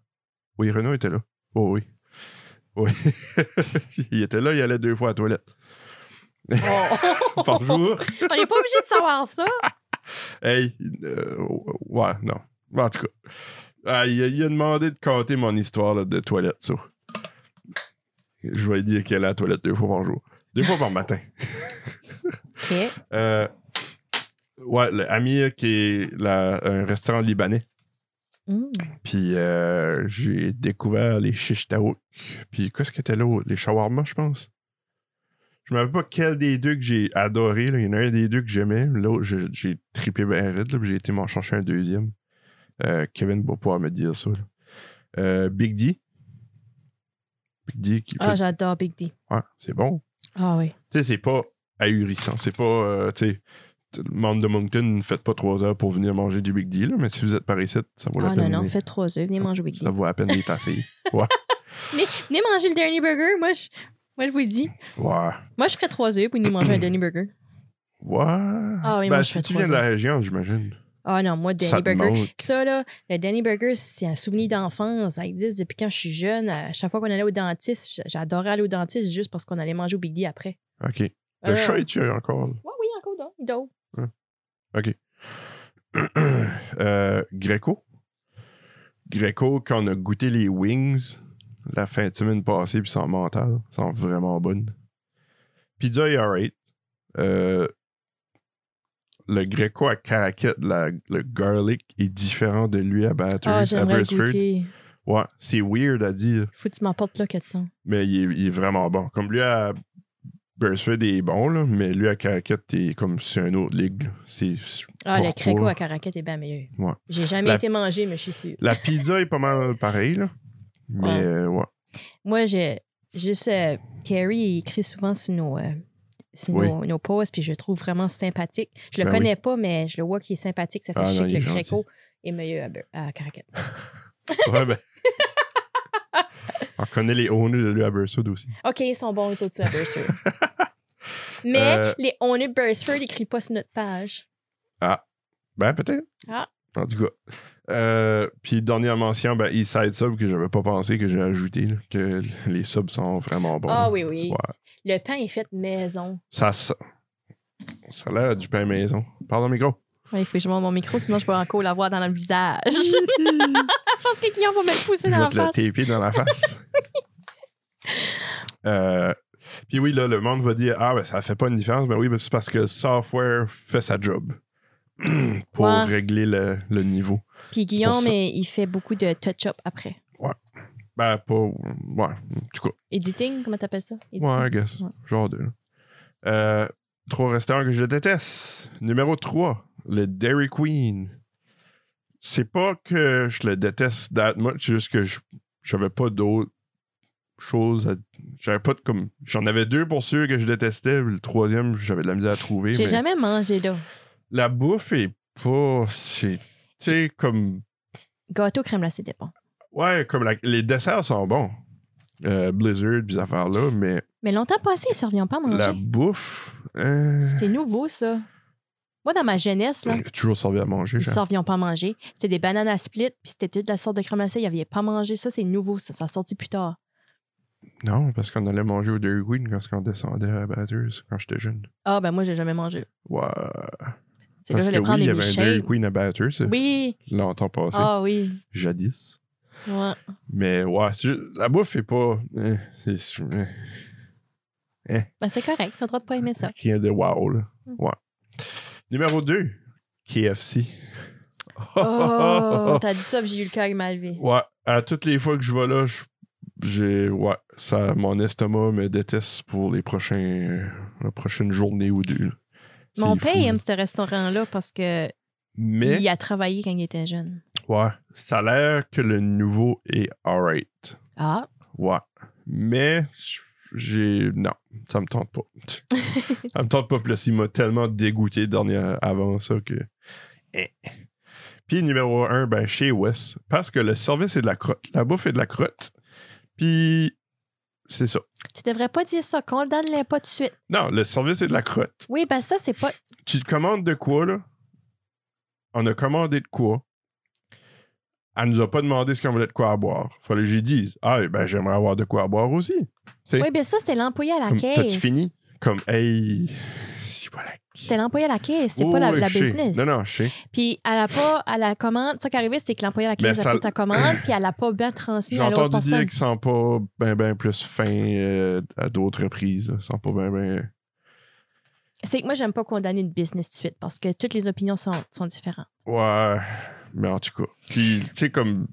S1: Oui, Renaud était là. Oh oui. Oui. il était là, il allait deux fois à la toilette. Par jour.
S2: On n'est pas obligé de savoir ça.
S1: Hey, euh, ouais, non. En tout cas, ah, il, a, il a demandé de compter mon histoire là, de toilette, ça. Je vais lui dire qu'elle est à la toilette deux fois par jour. Deux fois par matin.
S2: OK.
S1: Euh, ouais, le Amir, qui est la- un restaurant libanais.
S2: Mm.
S1: Puis euh, j'ai découvert les shish taouk. Puis qu'est-ce que était l'autre? Les shawarma, je pense. Je ne me rappelle pas quel des deux que j'ai adoré. là. Il y en a un des deux que j'aimais. L'autre, je- j'ai trippé bien raide. là, puis j'ai été m'en chercher un deuxième. Euh, Kevin va pouvoir me dire ça. là. Euh, Big D. Big D qui
S2: Ah,
S1: fait-
S2: j'adore Big D.
S1: Ouais, c'est bon.
S2: Ah oui.
S1: Tu sais, c'est pas ahurissant. C'est pas, euh, tu sais, tout le monde de Moncton, ne faites pas trois heures pour venir manger du Big D. là, mais si vous êtes par ici, ça vaut la
S2: ah
S1: peine.
S2: non, non,
S1: d'y-
S2: faites trois œufs, venez manger Big D.
S1: ça vaut la peine d'y tasser. ouais.
S2: Venez, venez manger le Dernier Burger, moi je, moi je vous le dis.
S1: Ouais.
S2: Moi je ferais trois œufs puis nous manger un Dernier Burger.
S1: Ouais.
S2: Ah oui,
S1: ben,
S2: moi, je
S1: si
S2: fais
S1: tu
S2: trois
S1: viens de la région, j'imagine.
S2: Ah non, moi Danny
S1: Ça te
S2: Burger.
S1: manque.
S2: Ça là, le Danny Burger, c'est un souvenir d'enfance. Ça existe depuis quand je suis jeune. À chaque fois qu'on allait au dentiste, j- j'adorais aller au dentiste juste parce qu'on allait manger au Big D après.
S1: OK. Le
S2: Ah.
S1: chat est-tu encore?
S2: Ouais, oui, encore donc. Il dort.
S1: Euh, Greco. Greco, quand on a goûté les wings la fin de semaine passée, puis sont mentales, sont vraiment bonnes. Pizza est alright. Euh, le Greco à Caraquet, la- le garlic est différent de lui à Batters,
S2: Ah,
S1: à
S2: j'aimerais le
S1: Beresford.
S2: goûter.
S1: Ouais, c'est weird à dire.
S2: Faut que tu m'emportes là quelque temps.
S1: Mais il est, il est vraiment bon. Comme lui à Beresford, il est bon, là, mais lui à Caracat, il est comme c'est un autre ligue. là. C'est
S2: Ah, le
S1: Pourquoi?
S2: créco à Caraquette est bien meilleur.
S1: Ouais.
S2: J'ai jamais
S1: La-
S2: été mangé, mais je suis sûre.
S1: La pizza est pas mal pareille, là. Mais
S2: Ouais.
S1: euh, ouais.
S2: Moi, j'ai juste euh, Terry, il écrit souvent sur nos, euh, sur
S1: Oui.
S2: nos, nos posts, puis je le trouve vraiment sympathique. Je le
S1: Ben
S2: connais pas, mais je le vois qu'il est sympathique. Ça fait
S1: Ah non,
S2: chier
S1: il
S2: que
S1: est
S2: le
S1: gentil.
S2: Greco est meilleur à Bur- à, Caracat.
S1: Ouais, ben. On connaît les owners de lui à Beresford aussi.
S2: OK, ils sont bons, les autres, à Burstford. mais
S1: Euh,
S2: les On est Burstford n'écrit pas sur notre page.
S1: Ben, peut-être.
S2: Ah.
S1: En tout cas. Euh, puis dernière mention, ben, Eastside Sub que j'avais pas pensé que j'ai ajouté, là, que les subs sont vraiment bons.
S2: Ah oui, oui.
S1: Ouais.
S2: Le pain est fait maison.
S1: Ça sent. Ça a l'air du pain maison. Pardon, micro.
S2: Ouais, il faut que je monte mon micro, sinon je vais encore l'avoir dans le visage. je pense que Guillaume va me le pousser
S1: Je
S2: dans
S1: vais
S2: la
S1: te la
S2: face.
S1: taper dans la face. Euh, puis oui, là, le monde va dire Ah, ben, ça fait pas une différence. Ben oui, ben, c'est parce que le software fait sa job. pour
S2: Ouais.
S1: régler le, le niveau.
S2: Puis
S1: pour
S2: Guillaume,
S1: ça.
S2: il il fait beaucoup de touch-up après.
S1: Ben, pas. Ouais, en tout cas.
S2: Editing, comment t'appelles ça? Editing.
S1: Ouais, I guess.
S2: Ouais.
S1: Genre de. Euh, trois restaurants que je déteste. Numéro 3, le Dairy Queen. C'est pas que je le déteste that much, c'est juste que je- j'avais pas d'autres choses à. J'avais pas de comme. J'en avais deux pour sûr que je détestais, puis le troisième, j'avais de la misère à trouver.
S2: J'ai
S1: mais
S2: jamais mangé là.
S1: La bouffe est pas. C'est. Tu sais, comme.
S2: Gâteau crème glacée, c'était bon.
S1: Ouais, comme la- les desserts sont bons. Euh, Blizzard, pis ces affaires-là, mais
S2: Mais longtemps passé, ils ne servaient pas à manger.
S1: la bouffe. euh,
S2: C'est nouveau, ça. Moi, dans ma jeunesse, là,
S1: Il a toujours servi à manger.
S2: ils ne
S1: genre.
S2: servions pas à manger. C'était des bananes à split, puis c'était toute la sorte de crème glacée. Ils n'avaient pas mangé ça. C'est nouveau, ça. Ça a sorti plus tard.
S1: Non, parce qu'on allait manger au Dairy Queen quand on descendait à Bathurst quand j'étais jeune.
S2: Ah, ben moi, j'ai jamais mangé.
S1: Ouais.
S2: C'est là que
S1: Parce que
S2: j'allais
S1: oui,
S2: prendre
S1: il y
S2: les
S1: avait un Dairy
S2: milkshakes.
S1: Queen à Bathurst
S2: Oui.
S1: longtemps passé,
S2: Ah oui.
S1: jadis.
S2: Ouais.
S1: Mais ouais, c'est juste- la bouffe est pas. euh, c'est sûr, euh,
S2: Ben, c'est correct. T'as le droit de pas aimer ça.
S1: qui est de wow, là.
S2: Mm.
S1: Ouais. Numéro 2, KFC.
S2: Oh, t'as dit ça, puis j'ai eu le cœur mal levé.
S1: Ouais, à toutes les fois que je vais là, je- j'ai ouais, ça mon estomac me déteste pour les prochains euh, la prochaine journée ou deux. là. C'est
S2: Mon
S1: fou,
S2: père
S1: là.
S2: aime ce restaurant-là parce que
S1: Mais
S2: il a travaillé quand il était jeune.
S1: ouais, ça a l'air que le nouveau est alright.
S2: Ah,
S1: Ouais. Mais j'ai non, ça me tente pas. ça me tente pas plus, il m'a tellement dégoûté dernière avant ça que eh. Puis numéro un, ben chez Wes parce que le service est de la crotte, la bouffe est de la crotte. Puis c'est ça.
S2: tu devrais pas dire ça. Qu'on le donne pas tout de suite.
S1: Non, le service est de la crotte.
S2: Oui, ben ça, c'est pas.
S1: Tu te commandes de quoi, là? On a commandé de quoi? Elle nous a pas demandé ce qu'on voulait de quoi à boire. Fallait que j'y dise, ah, ben j'aimerais avoir de quoi à boire aussi. Oui.
S2: Oui, ben ça, c'était l'employé à la
S1: Comme,
S2: caisse.
S1: T'as-tu fini? Comme, hey, si voilà.
S2: C'était l'employé à la caisse. C'est
S1: Oh,
S2: pas la,
S1: ouais,
S2: la
S1: je sais.
S2: business.
S1: Non, non, je sais.
S2: Puis elle a pas, à la commande, ça qui est arrivé, c'est que l'employé à la
S1: Mais
S2: caisse
S1: Ben, ça-
S2: a pris ta commande, puis elle a pas bien transmis
S1: J'ai
S2: à l'autre
S1: entendu
S2: personne.
S1: dire qu'ils sont pas ben, ben plus fins euh, à d'autres reprises. là. Ils sont pas ben, ben.
S2: C'est que moi, j'aime pas condamner une business tout de suite parce que toutes les opinions sont, sont différentes.
S1: Ouais, mais en tout cas. Puis, tu sais, comme,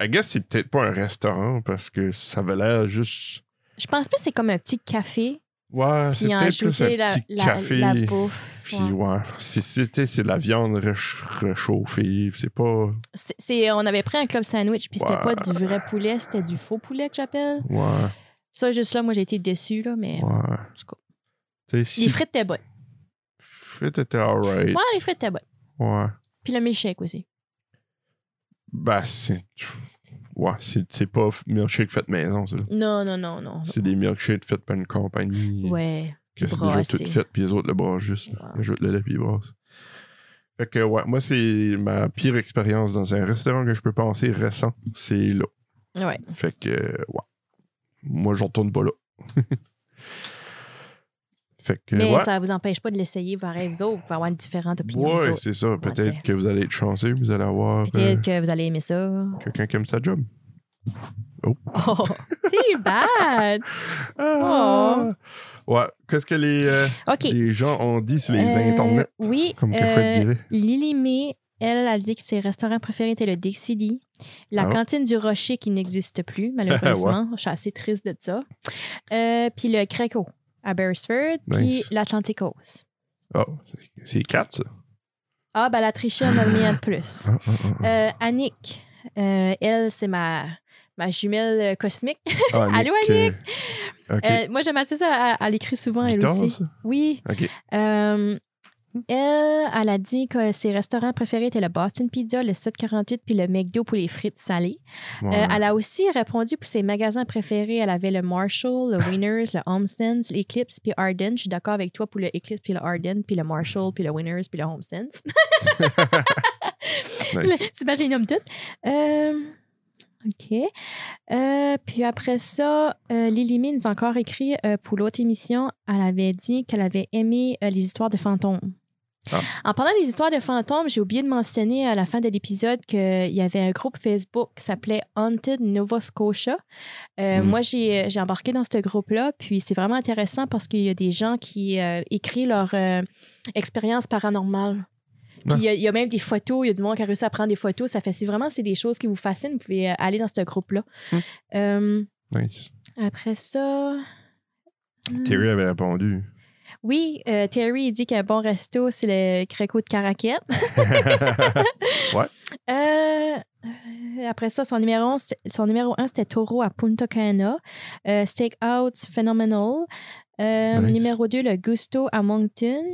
S1: I guess c'est peut-être pas un restaurant parce que ça avait l'air juste.
S2: Je pense plus que c'est comme un petit café,
S1: Ouais, c'est
S2: puis en
S1: peut-être plus un
S2: ajouter la,
S1: petit
S2: la,
S1: café.
S2: la bouffe.
S1: puis
S2: Ouais.
S1: ouais, c'est- c'est tu sais, c'est de la viande recha- réchauffée. C'est pas.
S2: C'est- c'est- on avait pris un club sandwich, puis c'était
S1: Ouais.
S2: pas du vrai poulet, c'était du faux poulet que j'appelle.
S1: Ouais,
S2: Ça, juste là, moi, j'ai été déçue, là, mais
S1: ouais.
S2: Eh en tout cas.
S1: Tu sais, si
S2: Les frites étaient bonnes.
S1: frites étaient alright.
S2: Ouais, les frites étaient bonnes.
S1: Ouais.
S2: Puis le milkshake aussi.
S1: Ben, c'est. Ouais, c'est c'est pas f- milkshake fait maison, ça. là.
S2: Non, non, non, non.
S1: C'est des milkshakes faits par une compagnie.
S2: Ouais. Ah.
S1: que c'est déjà
S2: brassés.
S1: tout fait, puis les autres le brassent juste. là.
S2: Wow.
S1: Ils ajoutent le lait, puis ils brassent. Fait que, ouais, moi, c'est ma pire expérience dans un restaurant que je peux penser récent. C'est là.
S2: Ouais.
S1: Fait que, euh, ouais. Moi, je retourne pas là. fait que,
S2: Mais
S1: ouais.
S2: ça vous empêche pas de l'essayer, pareil, vous autres. Vous pouvez avoir une différente opinion. vous
S1: Ouais,
S2: autres.
S1: c'est ça. Peut-être
S2: tiens.
S1: que vous allez être chanceux, vous allez avoir euh,
S2: Peut-être que vous allez aimer ça.
S1: quelqu'un qui aime sa job.
S2: Oh, t'es bad!
S1: Ah! Ouais. Qu'est-ce que les, euh,
S2: OK.
S1: les gens ont dit sur les
S2: Euh,
S1: internets?
S2: Oui.
S1: Comme que
S2: euh,
S1: Fred dirait.
S2: Lily May, elle, a dit que ses restaurants préférés étaient le Dixili, la
S1: Ah ouais.
S2: cantine du Rocher qui n'existe plus, malheureusement. Je suis assez triste de ça. Euh, puis le Greco à Beresford, puis
S1: Nice.
S2: l'Atlanticos.
S1: Oh, c'est- c'est quatre, ça.
S2: Ah, ben la trichée, elle m'a mis un de plus.
S1: Ah, ah, ah, ah.
S2: Euh, Annick, euh, elle, c'est ma, ma jumelle euh, cosmique.
S1: Ah,
S2: allô,
S1: euh, OK.
S2: Euh, moi, j'aime assez ça. Elle, elle écrit souvent, elle
S1: Guitare,
S2: aussi.
S1: ça?
S2: Oui.
S1: OK.
S2: Euh, elle, elle a dit que ses restaurants préférés étaient le Boston Pizza, le 748 puis le McDo pour les frites salées. Euh,
S1: Ouais.
S2: elle a aussi répondu pour ses magasins préférés. Elle avait le Marshall, le Winners, le Homesense, l'Eclipse puis Arden. Je suis d'accord avec toi pour le Eclipse puis le Arden puis le Marshall puis le Winners puis le Homesense.
S1: Nice.
S2: C'est pas je les nomme toutes. Euh, OK. Euh, puis après ça, euh, Lily May nous a encore écrit euh, pour l'autre émission. Elle avait dit qu'elle avait aimé euh, les histoires de fantômes.
S1: Ah.
S2: En parlant des histoires de fantômes, j'ai oublié de mentionner à la fin de l'épisode qu'il y avait un groupe Facebook qui s'appelait Haunted Nova Scotia. Euh,
S1: Hmm.
S2: Moi, j'ai euh, j'ai embarqué dans ce groupe-là, puis c'est vraiment intéressant parce qu'il y a des gens qui euh, écrivent leur euh, expérience paranormale. Puis il y a- il y, a même des photos, il y a du monde qui a réussi à prendre des photos. Ça fait si vraiment c'est des choses qui vous fascinent, vous pouvez euh, aller dans ce groupe-là.
S1: Hmm.
S2: Euh,
S1: Nice.
S2: après ça. hmm.
S1: Terry avait répondu.
S2: Oui, euh, Terry il dit qu'un bon resto, c'est le Créco de Caraquette. Euh, euh, après ça, son numéro, un, c'était- son numéro 1, c'était Toro à Punta Cana. Euh, Steakhouse Phenomenal. Euh,
S1: Nice.
S2: Numéro 2, le Gusto à Moncton.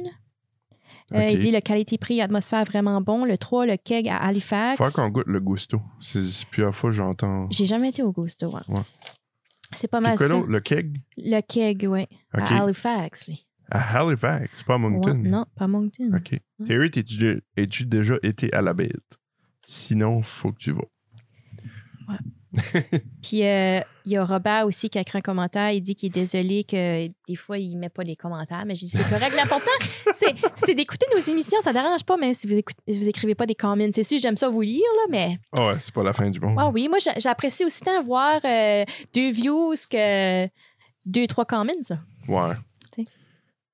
S2: Euh,
S1: Ok.
S2: il dit le qualité-prix, atmosphère vraiment bon. Le 3, le keg à Halifax.
S1: Faut qu'on goûte le gusto. C'est c'est plus la fois que j'entends.
S2: J'ai jamais été au Gusto. hein.
S1: Ouais.
S2: C'est pas
S1: C'est
S2: mal
S1: quoi
S2: ça.
S1: l'autre? Le keg?
S2: Le keg, oui.
S1: Ok.
S2: À Halifax, lui.
S1: À Halifax, pas à Moncton.
S2: Ouais, non, pas Moncton.
S1: OK.
S2: Ouais.
S1: Terry, t'es-tu dé- es-tu déjà été à la bête? Sinon, faut que tu vas.
S2: Puis euh, il y a Robert aussi qui a écrit un commentaire. Il dit qu'il est désolé que des fois, il met pas les commentaires. Mais j'ai dit, c'est correct. L'important, c'est, c'est d'écouter nos émissions. Ça dérange pas, mais si vous, écoute- vous écrivez pas des comments, c'est sûr, j'aime ça vous lire, là, mais.
S1: Ah ouais, c'est pas la fin du monde.
S2: Ah oui, moi, j'a- j'apprécie aussi tant voir euh, deux views que deux, trois comments. ça.
S1: Ouais.
S2: T'sais.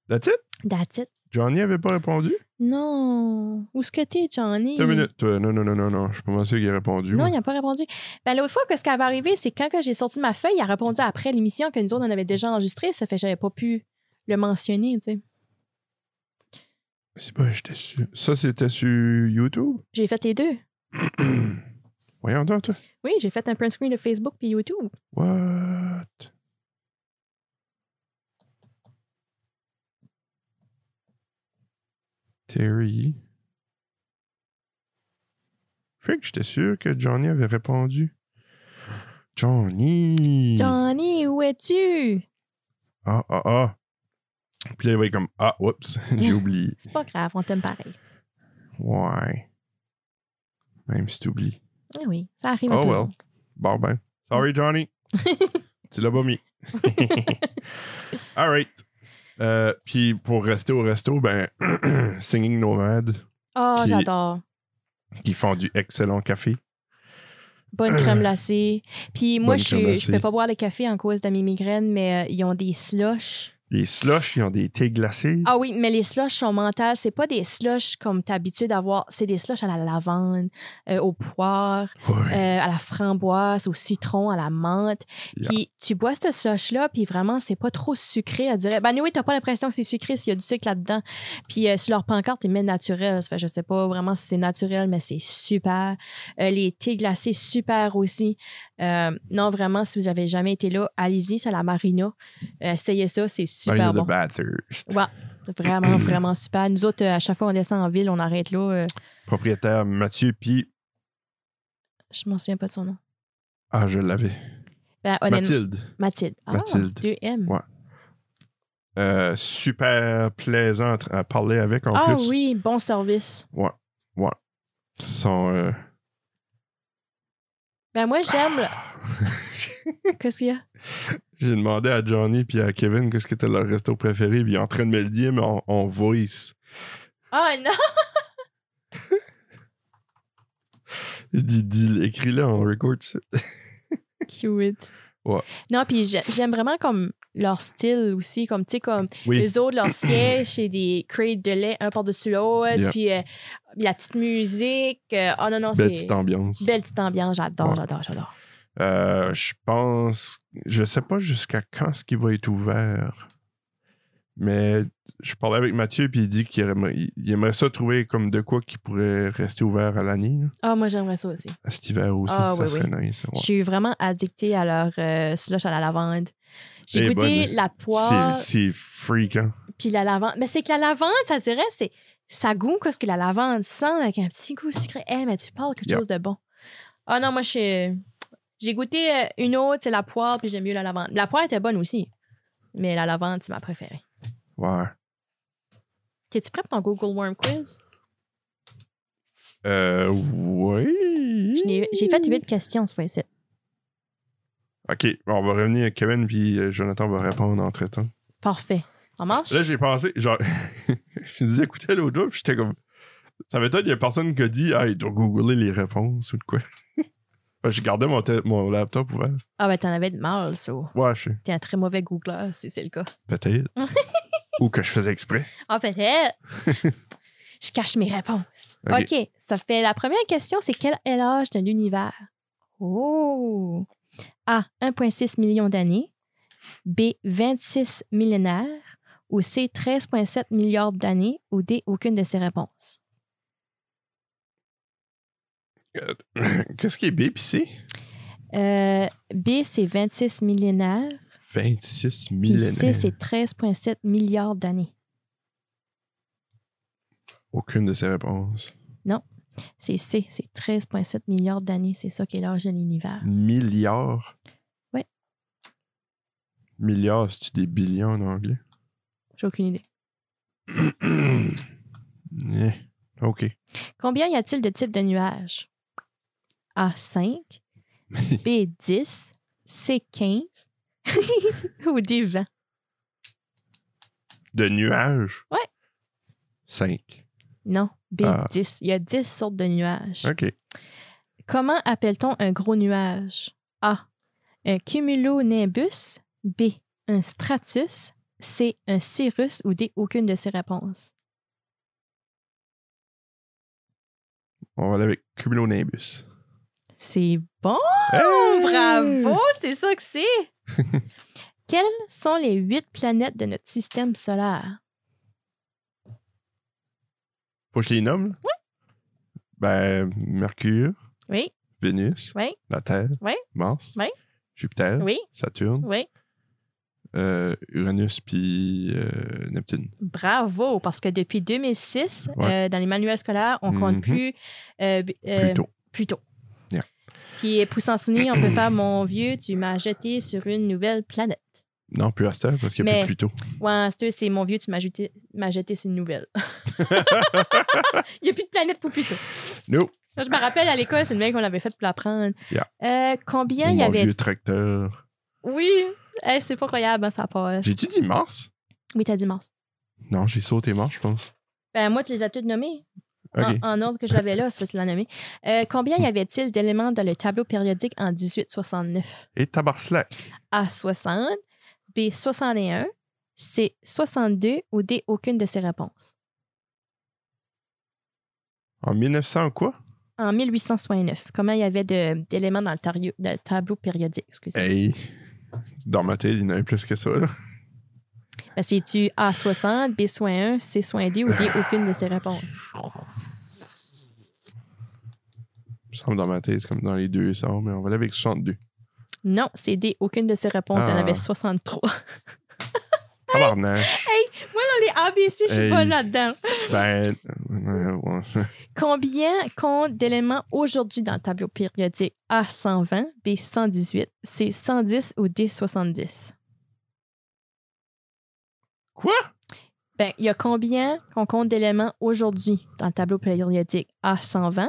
S1: That's it?
S2: That's it.
S1: Johnny avait pas répondu?
S2: Non. Où est-ce que t'es, Johnny?
S1: Deux minutes. Euh, non, non, non, non, non. Je suis pas mal sûr qu'il a répondu.
S2: Non,
S1: moi.
S2: il n'a pas répondu. Ben, L'autre fois, que ce qui avait arrivé, c'est quand que j'ai sorti ma feuille, il a répondu après l'émission que nous autres, on avait déjà enregistré. Ça fait que j'avais pas pu le mentionner, tu sais.
S1: C'est pas, j'étais sûr. Ça, c'était sur YouTube?
S2: J'ai fait les deux.
S1: Voyons donc, toi.
S2: Oui, j'ai fait un print screen de Facebook puis YouTube.
S1: What? Terry. Fait que j'étais sûr que Johnny avait répondu. Johnny!
S2: Johnny, où es-tu?
S1: Ah, ah, ah. Puis là, il va être comme Ah, oups, j'ai oublié.
S2: C'est pas grave, on t'aime pareil.
S1: Ouais. Même si t'oublies.
S2: Ah oui, ça arrive à
S1: Oh
S2: tout le
S1: well.
S2: monde.
S1: Bon ben. Sorry, Johnny. tu l'as pas mis. All right. Euh, Puis pour rester au resto, ben, Singing Nomad,
S2: Oh,
S1: Puis-
S2: j'adore.
S1: qui font du excellent café.
S2: Bonne crème glacée. Puis moi,
S1: Bonne
S2: je,
S1: crème
S2: suis- je
S1: glacée.
S2: peux pas boire le café en cause de mes migraines, mais euh, ils ont des slushs.
S1: Les slush, ils ont des thés glacés.
S2: Ah oui, mais les slushs sont mentales. C'est pas des slushs comme t'es habitué d'avoir. C'est des slushs à la lavande, euh, au poire,
S1: Ouais.
S2: euh, à la framboise, au citron, à la menthe.
S1: Yeah.
S2: Puis tu bois ce slush-là, puis vraiment, c'est pas trop sucré. à dire. Ben oui, t'as pas l'impression que c'est sucré s'il y a du sucre là-dedans. Puis euh, sur leur pancarte, ils mettent naturel. Ça fait que je sais pas vraiment si c'est naturel, mais c'est super. Euh, les thés glacés, super aussi. Euh, non, vraiment, si vous avez jamais été là, allez-y, c'est à la Marina. Euh, essayez ça, c'est
S1: Marina
S2: super
S1: de
S2: bon.
S1: Bathurst.
S2: Ouais. Vraiment, vraiment super. Nous autres, euh, à chaque fois qu'on descend en ville, on arrête là. euh,
S1: Propriétaire Mathieu, puis.
S2: je m'en souviens pas de son nom.
S1: Ah, je l'avais.
S2: Ben, honnêtement,
S1: Mathilde.
S2: Mathilde. Ah,
S1: Mathilde.
S2: 2M.
S1: Ouais. Euh, super plaisant à parler avec en
S2: ah
S1: plus.
S2: oui, bon service.
S1: Son. euh,
S2: Ben moi, j'aime...
S1: ah,
S2: le- Qu'est-ce qu'il y a?
S1: J'ai demandé à Johnny puis à Kevin qu'est-ce qui était leur resto préféré, puis ils sont en train de me le dire, mais en, en voice.
S2: Ah non!
S1: Il dit, dis- écris-le, on record ça.
S2: Cute.
S1: Ouais.
S2: Non, puis j'ai- j'aime vraiment comme leur style aussi, comme, tu sais, comme
S1: Oui.
S2: eux autres, leur siège, c'est des crates de lait un par-dessus l'autre,
S1: Yeah.
S2: puis euh, la petite musique. euh, oh non, non,
S1: Belle
S2: c'est...
S1: petite ambiance.
S2: Belle petite ambiance, j'adore,
S1: Ouais.
S2: j'adore, j'adore.
S1: Euh, je pense, je sais pas jusqu'à quand ce qui va être ouvert, mais je parlais avec Mathieu puis il dit qu'il aimerait, il- il aimerait ça trouver comme de quoi qui pourrait rester ouvert à l'année, là,
S2: Ah, moi, j'aimerais ça aussi.
S1: à cet hiver aussi.
S2: Ah,
S1: ça
S2: oui,
S1: serait nice. ouais.
S2: Je suis vraiment addictée à leur euh, slush à la lavande. J'ai
S1: Elle est
S2: goûté
S1: Eh bonne.
S2: la
S1: C'est-
S2: poire,
S1: C'est freak, hein?
S2: puis la lavande. Mais c'est que la lavande, ça dirait, c'est ça goûte qu'est-ce que la lavande sent avec un petit goût sucré. Eh, mais tu parles quelque
S1: Yeah.
S2: chose de bon. Ah non, moi, je suis- j'ai goûté euh, une autre, c'est la poire, puis j'aime mieux la lavande. La poire était bonne aussi, mais la lavande, c'est ma préférée.
S1: Ouais.
S2: T'es-tu prêt pour ton Google Worm Quiz?
S1: Euh, oui.
S2: Je n'ai- J'ai fait huit questions ce fois-ci.
S1: OK, bon, on va revenir à Kevin, puis euh, Jonathan va répondre entre-temps.
S2: Parfait. Ça marche?
S1: Là, j'ai pensé, genre, je me disais, écoutez l'autre jour, puis j'étais comme, ça m'étonne, il y a personne qui a dit, ah, il doit googler les réponses ou de quoi. Fait que je gardais mon, tél- mon laptop ouvert.
S2: Ah, ben, t'en avais de mal, ça.
S1: Ouais, je sais.
S2: T'es un très mauvais Googler, si c'est le cas.
S1: Peut-être. ou que je faisais exprès.
S2: Ah, peut-être. Je cache mes réponses.
S1: OK.
S2: OK. Ça fait la première question, c'est quel est l'âge de l'univers? Oh! A. 1,6 million d'années. B. 26 millénaires. Ou C. 13,7 milliards d'années. Ou D. Aucune de ces réponses.
S1: Euh, Qu'est-ce qui est B puis C?
S2: Euh, B, c'est 26 millénaires.
S1: 26
S2: Puis
S1: millénaires.
S2: C, c'est 13,7 milliards d'années.
S1: Aucune de ces réponses.
S2: C'est C, c'est 13,7 milliards d'années. C'est ça qui est l'âge de l'univers.
S1: Milliards.
S2: Ouais.
S1: Milliards, c'est-tu des billions en anglais?
S2: J'ai aucune idée.
S1: Eh, OK.
S2: Combien y a-t-il de types de nuages? A, 5. B, 10. C, 15. Ou D, 20.
S1: De nuages?
S2: Ouais.
S1: 5.
S2: Non, B,
S1: Ah.
S2: 10. Il y a 10 sortes de nuages.
S1: OK.
S2: Comment appelle-t-on un gros nuage? A. Un cumulonimbus. B. Un stratus. C. Un cirrus ou D. Aucune de ces réponses.
S1: On va aller avec cumulonimbus.
S2: C'est bon!
S1: Hey!
S2: Oh, Bravo! C'est ça que c'est! Quelles sont les huit planètes de notre système solaire?
S1: Faut que je les nomme? là? Ben, Mercure,
S2: Oui,
S1: Vénus,
S2: Oui.
S1: la Terre,
S2: Oui.
S1: Mars,
S2: Oui.
S1: Jupiter,
S2: oui,
S1: Saturne,
S2: oui.
S1: euh, Uranus, puis euh, Neptune.
S2: Bravo! Parce que depuis 2006,
S1: Ouais.
S2: euh, dans les manuels scolaires, on compte
S1: Mhm.
S2: plus euh, b- euh,
S1: Pluto.
S2: plutôt.
S1: Yeah.
S2: Puis euh, pour s'en souvenir, on peut faire mon vieux, tu m'as jeté sur une nouvelle planète.
S1: Non, plus Aster, parce qu'il n'y a
S2: Mais-
S1: plus Pluto.
S2: Ouais, c'est c'est mon vieux, tu m'as jeté, m'as jeté sur une nouvelle. Il n'y a plus de planète pour Pluto.
S1: No.
S2: Je me rappelle à l'école, c'est le mec qu'on avait fait pour l'apprendre.
S1: Yeah. Oh,
S2: Euh, combien
S1: Mon
S2: il y avait.
S1: vieux tracteur.
S2: Oui, Hey, c'est pas croyable, hein, ça passe.
S1: J'ai-tu dit Mars?
S2: Oui, t'as dit Mars.
S1: Non, j'ai sauté Mars, je pense.
S2: Ben, moi, tu les as toutes nommées
S1: OK.
S2: en, en ordre que je l'avais là, soit tu l'as nommé. Euh, combien y avait-il d'éléments dans le tableau périodique en 1869?
S1: Et Tabarslack.
S2: A, 60, B, 61, C, 62 ou D, aucune de ces réponses.
S1: En 1900 quoi?
S2: En 1869, comment il y avait de- d'éléments dans le, tario- dans le tableau périodique? Excusez.
S1: Hey! Dans ma tête, il y en avait plus que ça, là. Eh.
S2: Ben, C'est-tu A60, B61, C62 ou D,
S1: Ah.
S2: aucune de ces réponses?
S1: Il me semble dans ma tête, c'est comme dans les 200, mais on va aller avec 62.
S2: Non, c'est D, aucune de ces réponses. Il y en
S1: Ah.
S2: avait 63.
S1: Tabarnak!
S2: Moi, dans les ABC, je suis
S1: Hey.
S2: pas là-dedans.
S1: ben... euh, ouais.
S2: Combien compte d'éléments aujourd'hui dans le tableau périodique? A120, B118, C110 ou D70?
S1: Quoi?
S2: Ben, il y a combien qu'on compte d'éléments aujourd'hui dans le tableau périodique? A120,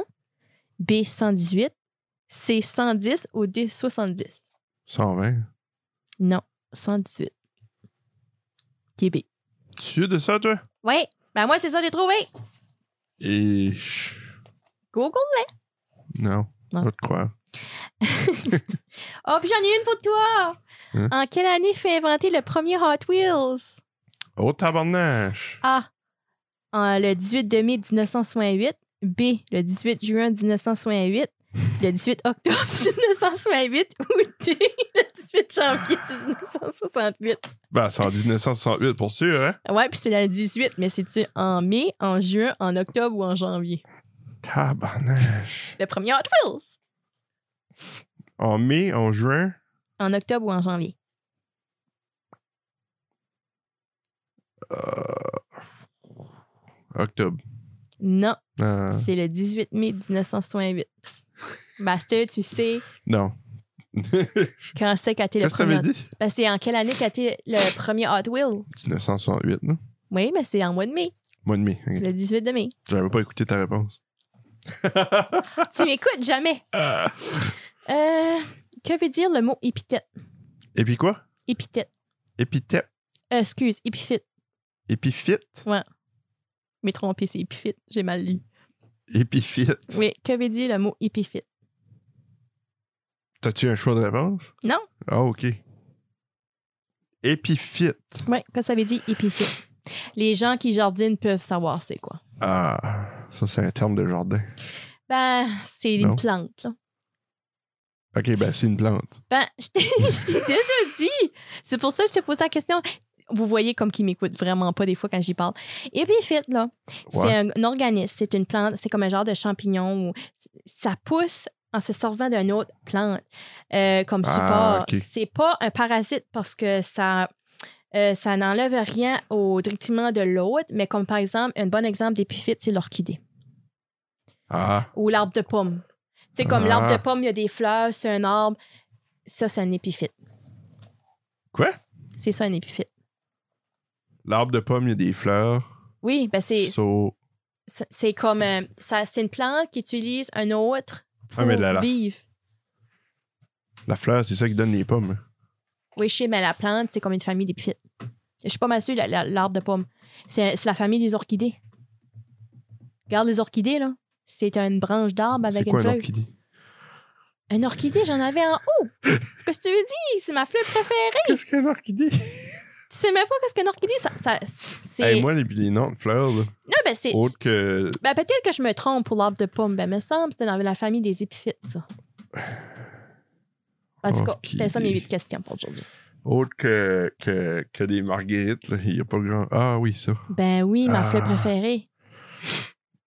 S2: B118, C110 ou D70?
S1: 120.
S2: Non, 118. Québec.
S1: Tu sûr de ça, toi?
S2: Oui, ben moi, c'est ça, j'ai trouvé.
S1: Et... je-
S2: Google.
S1: Non,
S2: Non.
S1: pas de croire.
S2: Oh, puis j'en ai une pour toi.
S1: Hein?
S2: En quelle année fut inventé le premier Hot Wheels?
S1: Oh, tabarnache!
S2: A. En- le 18 de mai 1968. B. Le 18 juin 1968. Le 18 octobre 1968. Ou D. Le 18 janvier 1968.
S1: Ben, c'est en 1968 pour sûr, hein?
S2: Ouais, puis c'est le 18, mais c'est-tu en mai, en juin, en octobre ou en janvier?
S1: Tabarnache!
S2: Le premier Hot Wheels.
S1: En mai, en juin,
S2: En octobre ou en janvier?
S1: euh, octobre.
S2: Non,
S1: Euh,
S2: c'est le 18 mai 1968. Master, tu sais
S1: non. Qu'est-ce
S2: quand c'est qu'a été le
S1: que t'avais
S2: premier.
S1: dit?
S2: Ben, c'est en quelle année qu'a été le premier Hot Wheels?
S1: 1968, non?
S2: Oui, mais c'est en mois de mai,
S1: Mois de mai. ok.
S2: le 18 de mai.
S1: J'avais pas écouté ta réponse.
S2: tu m'écoutes jamais.
S1: Ah.
S2: Euh, que veut dire le mot épithète?
S1: Et puis quoi?
S2: Épithète.
S1: Épithète.
S2: Euh, excuse, épiphyte.
S1: Épiphyte.
S2: Je m'ai trompé, c'est épiphyte. J'ai mal lu.
S1: Épiphyte.
S2: Oui, que veut dire le mot épiphyte?
S1: T'as-tu un choix de réponse?
S2: Non.
S1: Ah, OK. Épiphyte.
S2: Oui, que ça veut dire épiphyte? les gens qui jardinent peuvent savoir c'est quoi.
S1: Ah, ça, c'est un terme de jardin.
S2: Ben, c'est
S1: Non.
S2: une plante, là.
S1: OK, ben, c'est une plante.
S2: Ben, je t'ai je t'ai déjà dit. C'est pour ça que je te pose la question. Vous voyez comme qu'ils m'écoutent vraiment pas des fois quand j'y parle. Épiphyte, là, c'est
S1: Ouais.
S2: un, un organisme, c'est une plante, c'est comme un genre de champignon où ça pousse en se servant d'une autre plante euh, comme support.
S1: Ah, ok.
S2: C'est pas un parasite parce que ça. euh, ça n'enlève rien au détriment de l'autre, mais comme par exemple, un bon exemple d'épiphyte, c'est l'orchidée
S1: Ah,
S2: ou l'arbre de pomme. Tu sais, comme l'arbre
S1: Ah.
S2: de pomme, il y a des fleurs, c'est un arbre. Ça, c'est un épiphyte.
S1: Quoi?
S2: C'est ça, un épiphyte.
S1: l'arbre de pomme, il y a des fleurs.
S2: Oui, ben c'est
S1: So-
S2: c'est- c'est comme. euh, ça, c'est une plante qui utilise un autre pour
S1: Ah, mais la- la-
S2: vivre.
S1: La fleur, c'est ça qui donne les pommes.
S2: Oui, je sais, mais la plante, c'est comme une famille d'épiphytes. Je suis pas mal sûre, la- la- l'arbre de pomme. C'est c'est la famille des orchidées. Regarde les orchidées, là. C'est une branche d'arbre
S1: C'est
S2: avec
S1: quoi
S2: une
S1: un
S2: fleur.
S1: orchidée?
S2: Un orchidée, j'en avais en haut. Qu'est-ce que tu veux dire? C'est ma fleur préférée.
S1: Qu'est-ce qu'un orchidée?
S2: Tu sais même pas qu'est-ce qu'un orchidée? Ça, ça- c'est...
S1: Hey, moi, les, les noms de fleurs, là,
S2: Non, ben c'est.
S1: autre que.
S2: Ben, peut-être que je me trompe pour l'arbre de pomme. Ben, me semble que c'était dans la famille des épiphytes, ça. En tout cas,
S1: Ok.
S2: c'était ça mes huit questions pour aujourd'hui.
S1: Autre que, que, que des marguerites, là, il n'y a pas grand. Ah oui, ça.
S2: Ben oui, ma
S1: Ah.
S2: fleur préférée.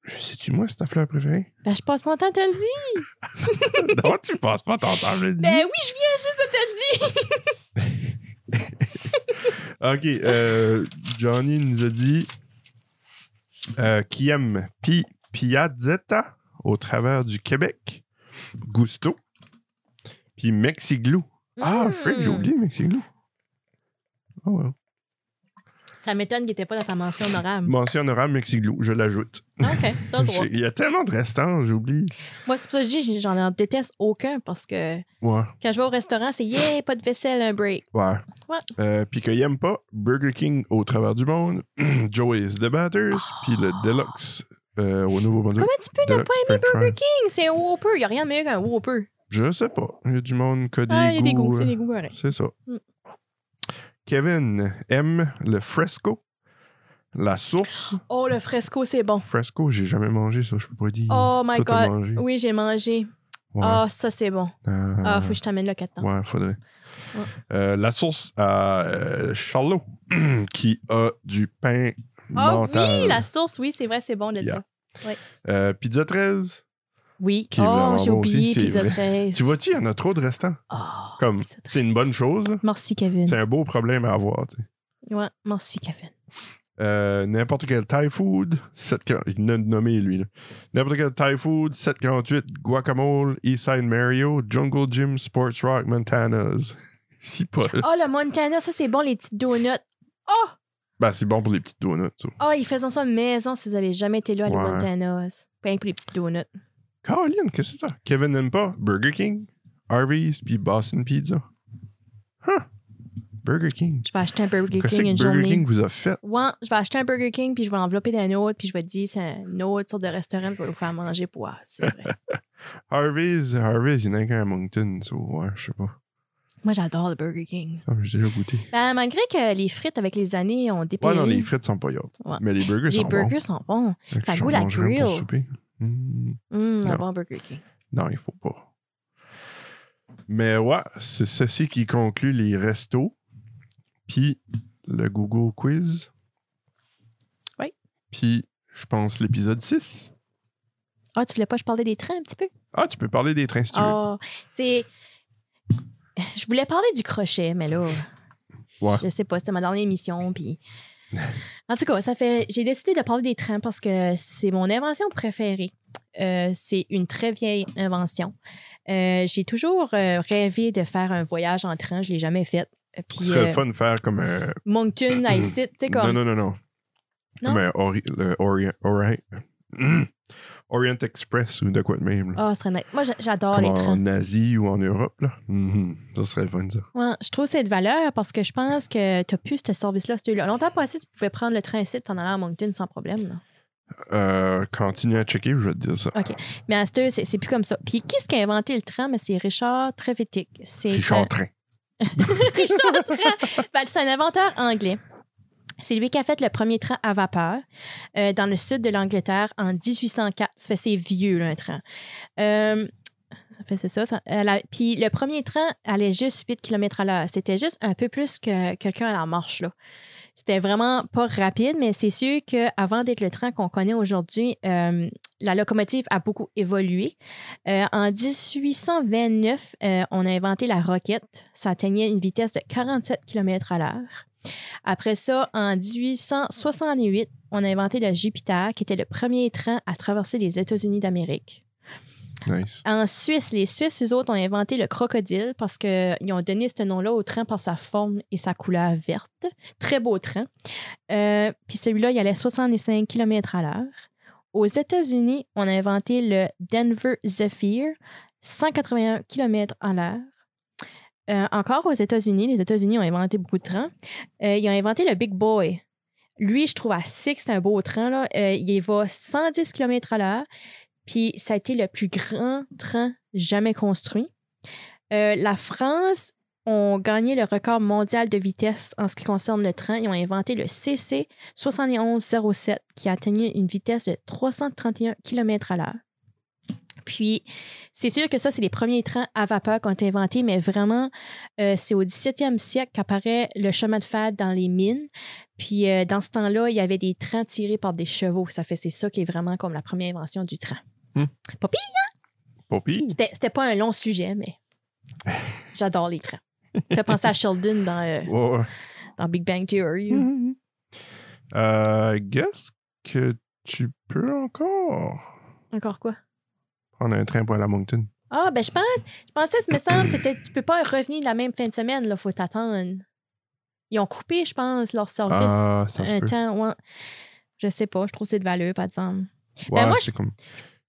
S1: Je sais-tu, moi, c'est ta fleur préférée?
S2: Ben, je passe mon temps à te le dire.
S1: non, tu passes pas ton temps à me le dire.
S2: Ben oui, je viens juste de te le dire.
S1: Ok, euh, Johnny nous a dit euh, qui aime Pi Piazzetta au travers du Québec, Gusto, puis Mexiglou. Ah,
S2: Hmm.
S1: Frick, j'ai oublié Mexiglou. Oh, ouais.
S2: Ça m'étonne qu'il n'était pas dans ta mention honorable. Ah,
S1: Mention honorable Mexiglou, je l'ajoute.
S2: OK, t'as le droit.
S1: Il y a tellement de restants, j'oublie.
S2: Moi, c'est pour ça que je dis, j'en déteste aucun parce que
S1: Ouais,
S2: quand je vais au restaurant, c'est yeah, pas de vaisselle, un break.
S1: ouais.
S2: Ouais.
S1: Euh, puis qu'il aime pas Burger King au travers du monde, Joey's The Batters, puis le Deluxe euh, au Nouveau-Brunswick.
S2: Ah. Comment tu peux ne
S1: Deluxe
S2: pas aimer
S1: French
S2: Burger
S1: fries.
S2: King? C'est un Whopper. Il n'y a rien de meilleur qu'un Whopper.
S1: Je sais pas. Il y a du monde qui a des
S2: Ah, il y a des
S1: goûts,
S2: goûts, c'est
S1: euh,
S2: des goûts corrects.
S1: C'est ça.
S2: Mm.
S1: Kevin aime le fresco. La source.
S2: Oh, le fresco, c'est bon.
S1: Fresco, j'ai jamais mangé ça, je peux pas dire.
S2: Oh my
S1: Toi, t'as
S2: God.
S1: mangé.
S2: Oui, j'ai mangé.
S1: Ouais.
S2: Ah, ça, c'est bon.
S1: Euh,
S2: Ah, faut que je t'amène le 4 temps.
S1: ouais, faudrait.
S2: Ouais.
S1: Euh, la source à euh, Charlot, qui a du pain
S2: Ah
S1: mental.
S2: oui, la source, oui, c'est vrai, c'est bon, le
S1: Yeah.
S2: temps.
S1: Euh, pizza 13.
S2: Oui.
S1: Qui est
S2: Oh,
S1: vraiment
S2: j'ai
S1: bon
S2: oublié
S1: aussi, c'est
S2: Pizza
S1: vrai.
S2: 13.
S1: Tu vois-tu, il y en a trop de restants.
S2: Oh,
S1: Comme,
S2: Pizza 13.
S1: c'est une bonne chose. là.
S2: Merci, Kevin.
S1: C'est un beau problème à avoir. tu sais.
S2: Ouais, merci, Kevin.
S1: Euh, n'importe quel Thai food, 7, il l'a nommé lui. là. N'importe quel Thai food, 748, guacamole, Eastside Mario, Jungle Gym, Sports Rock, Montana's. Si pas.
S2: Oh, le Montana, ça, c'est bon, les petites donuts. Oh!
S1: Ben, c'est bon pour les petites donuts. ça.
S2: Oh, ils faisaient ça maison si vous avez jamais été là à le
S1: Ouais.
S2: Montana. Rien que pour les petites donuts.
S1: Caroline, qu'est-ce que c'est ça? Kevin n'aime pas Burger King, Harvey's, puis Boston Pizza. Huh. Burger King.
S2: Je vais acheter un Burger
S1: Qu'est-ce
S2: King
S1: que
S2: une
S1: Burger
S2: journée.
S1: King vous a fait?
S2: Ouais, je vais acheter un Burger King, puis je vais l'envelopper d'un autre, puis je vais te dire, c'est un autre sorte de restaurant, puis je vais vous faire manger pour. Ah, c'est vrai.
S1: Harvey's, Harvey's, il n'y en a qu'un à Moncton, so, ouais, je sais pas.
S2: Moi, j'adore le Burger King.
S1: Ah, J'ai déjà goûté.
S2: Ben, malgré que les frites avec les années ont
S1: Ouais,
S2: dépéri,
S1: non, les frites sont pas yachts.
S2: Ouais.
S1: Mais les burgers
S2: les
S1: sont
S2: burgers
S1: bons.
S2: sont bons.
S1: Fait que
S2: ça
S1: j'en
S2: goûte la
S1: mangerai un pour
S2: grill.
S1: souper. Mm.
S2: Hum,
S1: Non.
S2: un bon Burger King.
S1: Non, il faut pas. Mais ouais, c'est ceci qui conclut les restos. Puis le Google Quiz.
S2: Oui.
S1: Puis, je pense, l'épisode 6.
S2: Ah, tu voulais pas que je parlais des trains un petit peu?
S1: Ah, tu peux parler des trains si tu veux.
S2: Ah, c'est. Je voulais parler du crochet, mais là.
S1: Ouais.
S2: Je sais pas, c'était ma dernière émission, puis. En tout cas, ça fait. J'ai décidé de parler des trains parce que c'est mon invention préférée. Euh, c'est une très vieille invention. Euh, j'ai toujours euh, rêvé de faire un voyage en train. Je l'ai jamais fait.
S1: Ce
S2: Puis
S1: serait le
S2: euh,
S1: fun de faire comme un.
S2: Moncton, à ici, tu sais,
S1: Non,
S2: comme.
S1: non, non, non.
S2: Non?
S1: Comme un Ori- le Orient. Orient- Mm. Orient Express ou de quoi de même. là.
S2: Ah, ce serait nice. Moi, j'a- j'adore
S1: Comme
S2: les trains.
S1: en Asie ou en Europe. Là. Mhm. Ça serait le fun, ça.
S2: Ouais, je trouve cette valeur parce que je pense que tu as pu ce service-là. c'était là. Longtemps passé, tu pouvais prendre le train ici, t'en aller à Moncton sans problème. là.
S1: Euh, continue à checker, je vais te dire ça.
S2: OK. Mais à cette heure, c'est c'est plus comme ça. Puis qui ce qui a inventé le train? Mais c'est Richard Trevithick. C'est euh,
S1: Richard Train.
S2: hein? un- Richard Train. Ben, c'est un inventeur anglais. C'est lui qui a fait le premier train à vapeur euh, dans le sud de l'Angleterre en 1804. Ça fait c'est vieux, là, un train. Euh, ça fait c'est ça. ça- euh, la- puis le premier train allait juste 8 km à l'heure. C'était juste un peu plus que quelqu'un à la marche, là. C'était vraiment pas rapide, mais c'est sûr qu'avant d'être le train qu'on connaît aujourd'hui, euh, la locomotive a beaucoup évolué. Euh, en 1829, euh, on a inventé la roquette. Ça atteignait une vitesse de 47 km à l'heure. Après ça, en 1868, on a inventé le Jupiter, qui était le premier train à traverser les États-Unis d'Amérique.
S1: Nice.
S2: En Suisse, les Suisses, eux autres, ont inventé le crocodile parce qu'ils ont donné ce nom-là au train par sa forme et sa couleur verte. Très beau train. Euh, Puis celui-là, il allait 65 km à l'heure. Aux États-Unis, on a inventé le Denver Zephyr, 181 km à l'heure. Euh, encore aux États-Unis, les États-Unis ont inventé beaucoup de trains. Euh, ils ont inventé le Big Boy. Lui, je trouve à six, c'est un beau train. Là. Euh, il va 110 km à l'heure. Puis ça a été le plus grand train jamais construit. Euh, la France ont gagné le record mondial de vitesse en ce qui concerne le train. Ils ont inventé le CC 7107 qui atteignait une vitesse de 331 km à l'heure. Puis, c'est sûr que ça, c'est les premiers trains à vapeur qu'on a été inventés, mais vraiment, euh, c'est au 17e siècle qu'apparaît le chemin de fer dans les mines. Puis, euh, dans ce temps-là, il y avait des trains tirés par des chevaux. Ça fait, c'est ça qui est vraiment comme la première invention du train.
S1: Pas pire.
S2: C'était, c'était pas un long sujet, mais j'adore les trains. Fait penser à Sheldon dans, euh,
S1: Ouais, ouais.
S2: dans Big Bang Theory.
S1: Mm-hmm. Euh, guess que tu peux encore
S2: Encore quoi?
S1: prendre un train pour aller à Moncton.
S2: Ah, ben je pense, je pensais, ce me semble, c'était tu peux pas revenir la même fin de semaine, là, faut t'attendre. Ils ont coupé, je pense, leur service
S1: Ah, ça se
S2: un
S1: peut.
S2: temps. ouais. Je sais pas, je trouve que c'est de valeur, par exemple.
S1: Ouais,
S2: Ben, moi,
S1: c'est comme.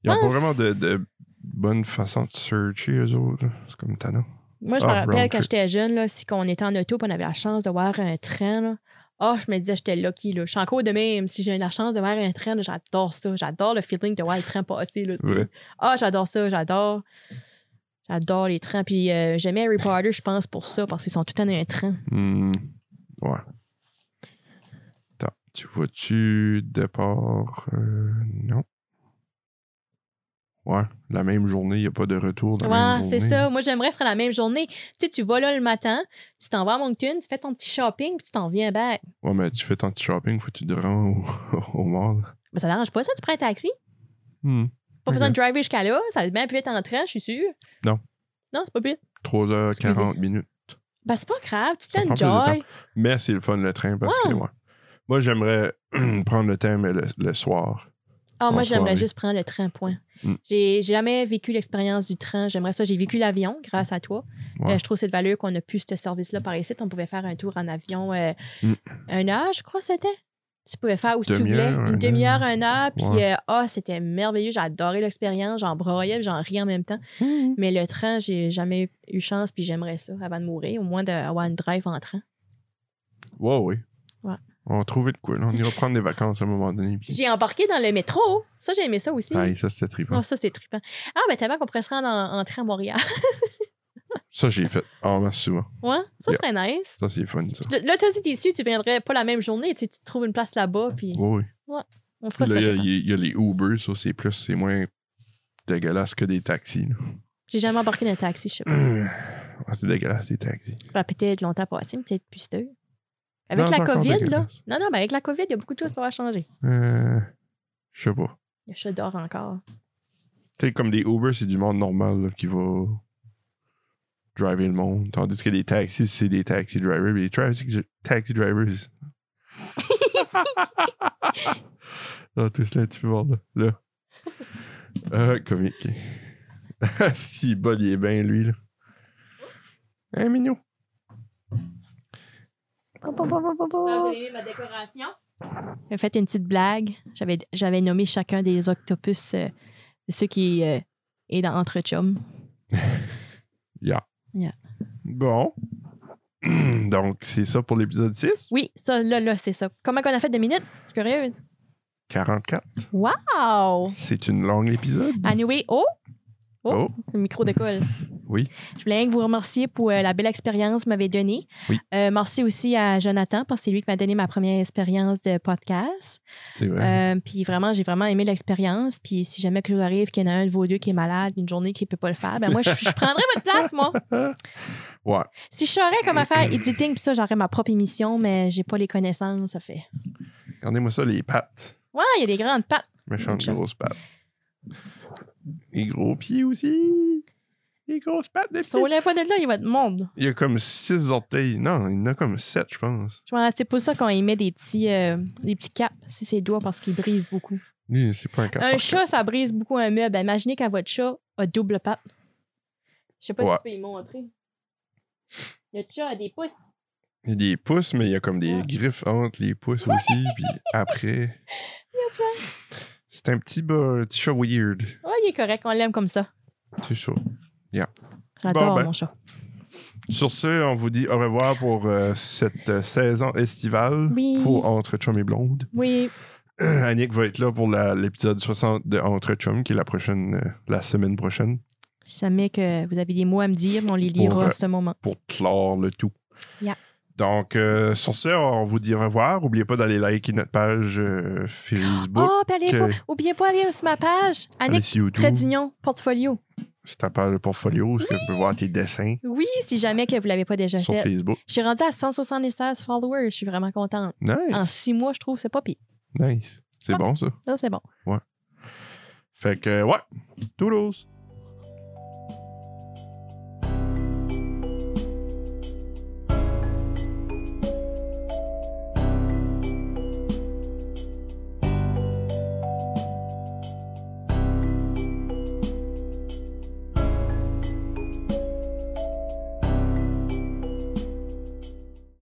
S1: Ils n'ont pas
S2: pense-
S1: vraiment de, de bonne façon de searcher, eux autres. là. C'est comme Tana.
S2: Moi, je me
S1: Ah,
S2: rappelle
S1: round
S2: quand
S1: trip.
S2: j'étais jeune, là, si on était en auto et on avait la chance de voir un train, là, oh, je me disais, j'étais lucky. Là. Je suis encore de même. Si j'ai eu la chance de voir un train, là, j'adore ça. J'adore le feeling de voir le train passer. là, tu sais.
S1: Ouais.
S2: Ah, j'adore ça. J'adore. J'adore les trains. Puis euh, j'aimais Harry Potter, je pense, pour ça, parce qu'ils sont tout le temps dans un train.
S1: Hmm. Ouais. Attends, tu vois-tu départ? euh, non. Ouais, la même journée, il n'y a pas de retour. dans la
S2: Ouais,
S1: même
S2: c'est
S1: journée.
S2: ça. Moi, j'aimerais que ce serait la même journée. Tu sais, tu vas là le matin, tu t'en vas à Moncton, tu fais ton petit shopping, puis tu t'en viens back.
S1: Ouais, mais tu fais ton petit shopping, faut que tu te rends au, au mall.
S2: Ben, ça t'arrange pas, ça, tu prends un taxi.
S1: Hmm.
S2: Pas
S1: Ok.
S2: besoin de driver jusqu'à là. Ça va bien plus vite en train, je suis sûre.
S1: Non.
S2: Non, c'est pas plus.
S1: 3h40
S2: Excusez.
S1: minutes.
S2: Ben, c'est pas grave, tu
S1: Ça prend plus de
S2: t'enjoy.
S1: Mais c'est le fun, le train, parce que
S2: Ouais.
S1: ouais. Moi, j'aimerais prendre le temps, mais le, le soir.
S2: Ah, moi,
S1: En
S2: j'aimerais
S1: soirée.
S2: juste prendre le train, point.
S1: Mm.
S2: J'ai j'ai jamais vécu l'expérience du train. J'aimerais ça. J'ai vécu l'avion grâce à toi.
S1: Ouais.
S2: Euh, je trouve que c'est de valeur qu'on a pu ce service-là par ici. On pouvait faire un tour en avion euh,
S1: Mm.
S2: un heure, je crois que c'était. Tu pouvais faire où tu
S1: Demi-heure,
S2: voulais.
S1: un
S2: Une demi-heure, un heure. Puis,
S1: Ouais.
S2: euh, ah, c'était merveilleux. J'ai adoré l'expérience. J'en broyais, puis j'en riais en même temps.
S1: Mm.
S2: Mais le train, j'ai jamais eu chance. Puis, j'aimerais ça avant de mourir. Au moins d'avoir une drive en train.
S1: Ouais, oui.
S2: Ouais.
S1: On va trouver de quoi. là. On ira prendre des vacances à un moment donné. Puis...
S2: J'ai embarqué dans le métro. Ça, j'ai aimé ça aussi.
S1: Aïe, ça, c'était trippant.
S2: Oh, ça, c'est trippant. Ah, ben, tellement qu'on pourrait se rendre en, en train à Montréal.
S1: Ça, j'ai fait en masse souvent.
S2: ouais, ça serait nice.
S1: Ça, c'est fun, ça.
S2: Là, toi, si t'es déçu, tu viendrais pas la même journée. Tu, sais, tu te trouves une place là-bas, puis
S1: Oui, oui.
S2: on fera
S1: Puis là,
S2: ça.
S1: il y a- il
S2: plus tard.
S1: y, a- il y a les Uber, ça, c'est plus, c'est moins dégueulasse que des taxis. là.
S2: J'ai jamais embarqué dans un taxi, je sais pas.
S1: Ah, c'est dégueulasse, des taxis.
S2: Ben, peut-être longtemps passé, mais peut-être plus tôt.
S1: Non,
S2: Avec la
S1: c'est encore
S2: COVID, là.
S1: dégueulasse.
S2: Non, non, ben avec la COVID, il y a beaucoup de choses pour avoir changé.
S1: Euh, Je sais pas.
S2: Le chat dort encore.
S1: Tu sais, comme des Uber, c'est du monde normal là, qui va driver le monde. Tandis que des taxis, c'est des taxi drivers. mais Les taxi, taxi drivers. non, Ah, tout ça, tu peux voir là. là. Euh, comique. Ah, si bol, il est bien, lui. Là. Hein, mignon.
S2: ma décoration. J'ai fait une petite blague. J'avais, j'avais nommé chacun des octopus, euh, ceux qui euh, est dans Entre Chum.
S1: Yeah.
S2: Yeah.
S1: Bon. Donc, c'est ça pour l'épisode 6.
S2: Oui, ça, là, là, c'est ça. Comment qu'on a fait de minutes? Je suis curieuse.
S1: 44.
S2: Wow! Oh!
S1: C'est une longue épisode.
S2: Anyway, oh!
S1: Oh.
S2: Le micro décolle.
S1: Oui.
S2: Je voulais rien que vous remercier pour euh, la belle expérience que vous m'avez donnée.
S1: Oui.
S2: Euh, merci aussi à Jonathan parce que c'est lui qui m'a donné ma première expérience de podcast.
S1: C'est vrai.
S2: Euh, puis vraiment, j'ai vraiment aimé l'expérience. Puis si jamais que arrive qu'il y en a un de vos deux qui est malade une journée qui ne peut pas le faire, ben moi, je, je prendrais votre place, moi.
S1: Ouais.
S2: Si je saurais comment faire editing, puis ça, j'aurais ma propre émission, mais j'ai pas les connaissances, ça fait.
S1: Regardez-moi ça, les pattes.
S2: Ouais, il y a des grandes pattes.
S1: Méchantes
S2: Gotcha.
S1: grosses pattes. Les gros pieds aussi. Les grosses pattes des
S2: Ça
S1: pieds.
S2: voulait pas d'être là, il y a votre monde.
S1: Il y a comme six orteils. Non, il y en a comme sept, je pense.
S2: Je pense que c'est pour ça qu'on y met des petits, euh, des petits caps sur ses doigts parce qu'ils brisent beaucoup.
S1: Lui, c'est pas un quatre
S2: Un
S1: par
S2: chat, ça brise beaucoup un meuble. Imaginez quand votre chat a double patte. Je sais pas si
S1: Ouais.
S2: tu peux y montrer. Le chat a des pouces.
S1: quatre. Il y a des pouces, mais il y a comme des
S2: Ouais.
S1: griffes entre les pouces aussi. puis après. C'est un petit, bas- petit chat weird.
S2: Ouais, Oh, il est correct, on l'aime comme ça.
S1: C'est chaud.
S2: J'adore
S1: Bon, ben.
S2: mon chat.
S1: Sur ce, on vous dit au revoir pour euh, cette euh, saison estivale
S2: Oui.
S1: pour Entre Chum et Blonde.
S2: Oui,
S1: Annick va être là pour la- l'épisode 60 de Entre Chum, qui est la prochaine, euh, la semaine prochaine,
S2: ça met que vous avez des mots à me dire, mais on les lira
S1: Pour, euh,
S2: à ce moment.
S1: pour clore le tout.
S2: Yeah.
S1: Donc, euh, sur ce, on vous dit au revoir. N'oubliez pas d'aller liker notre page euh, Facebook.
S2: Oh, puis allez
S1: que-
S2: pas, oubliez pas aller sur ma page.
S1: allez
S2: Annick
S1: sur YouTube.
S2: Trait d'Union, portfolio.
S1: C'est ta page de portfolio, où est-ce que tu peux voir tes dessins
S2: Oui, si jamais que vous l'avez pas déjà
S1: sur
S2: fait.
S1: Facebook.
S2: J'ai rendu à 176 followers. Je suis vraiment contente. En
S1: Nice.
S2: six mois, je trouve, c'est pas pire.
S1: Nice. C'est
S2: Ah.
S1: bon, ça.
S2: Ça, c'est bon.
S1: Fait que, ouais. Toodles.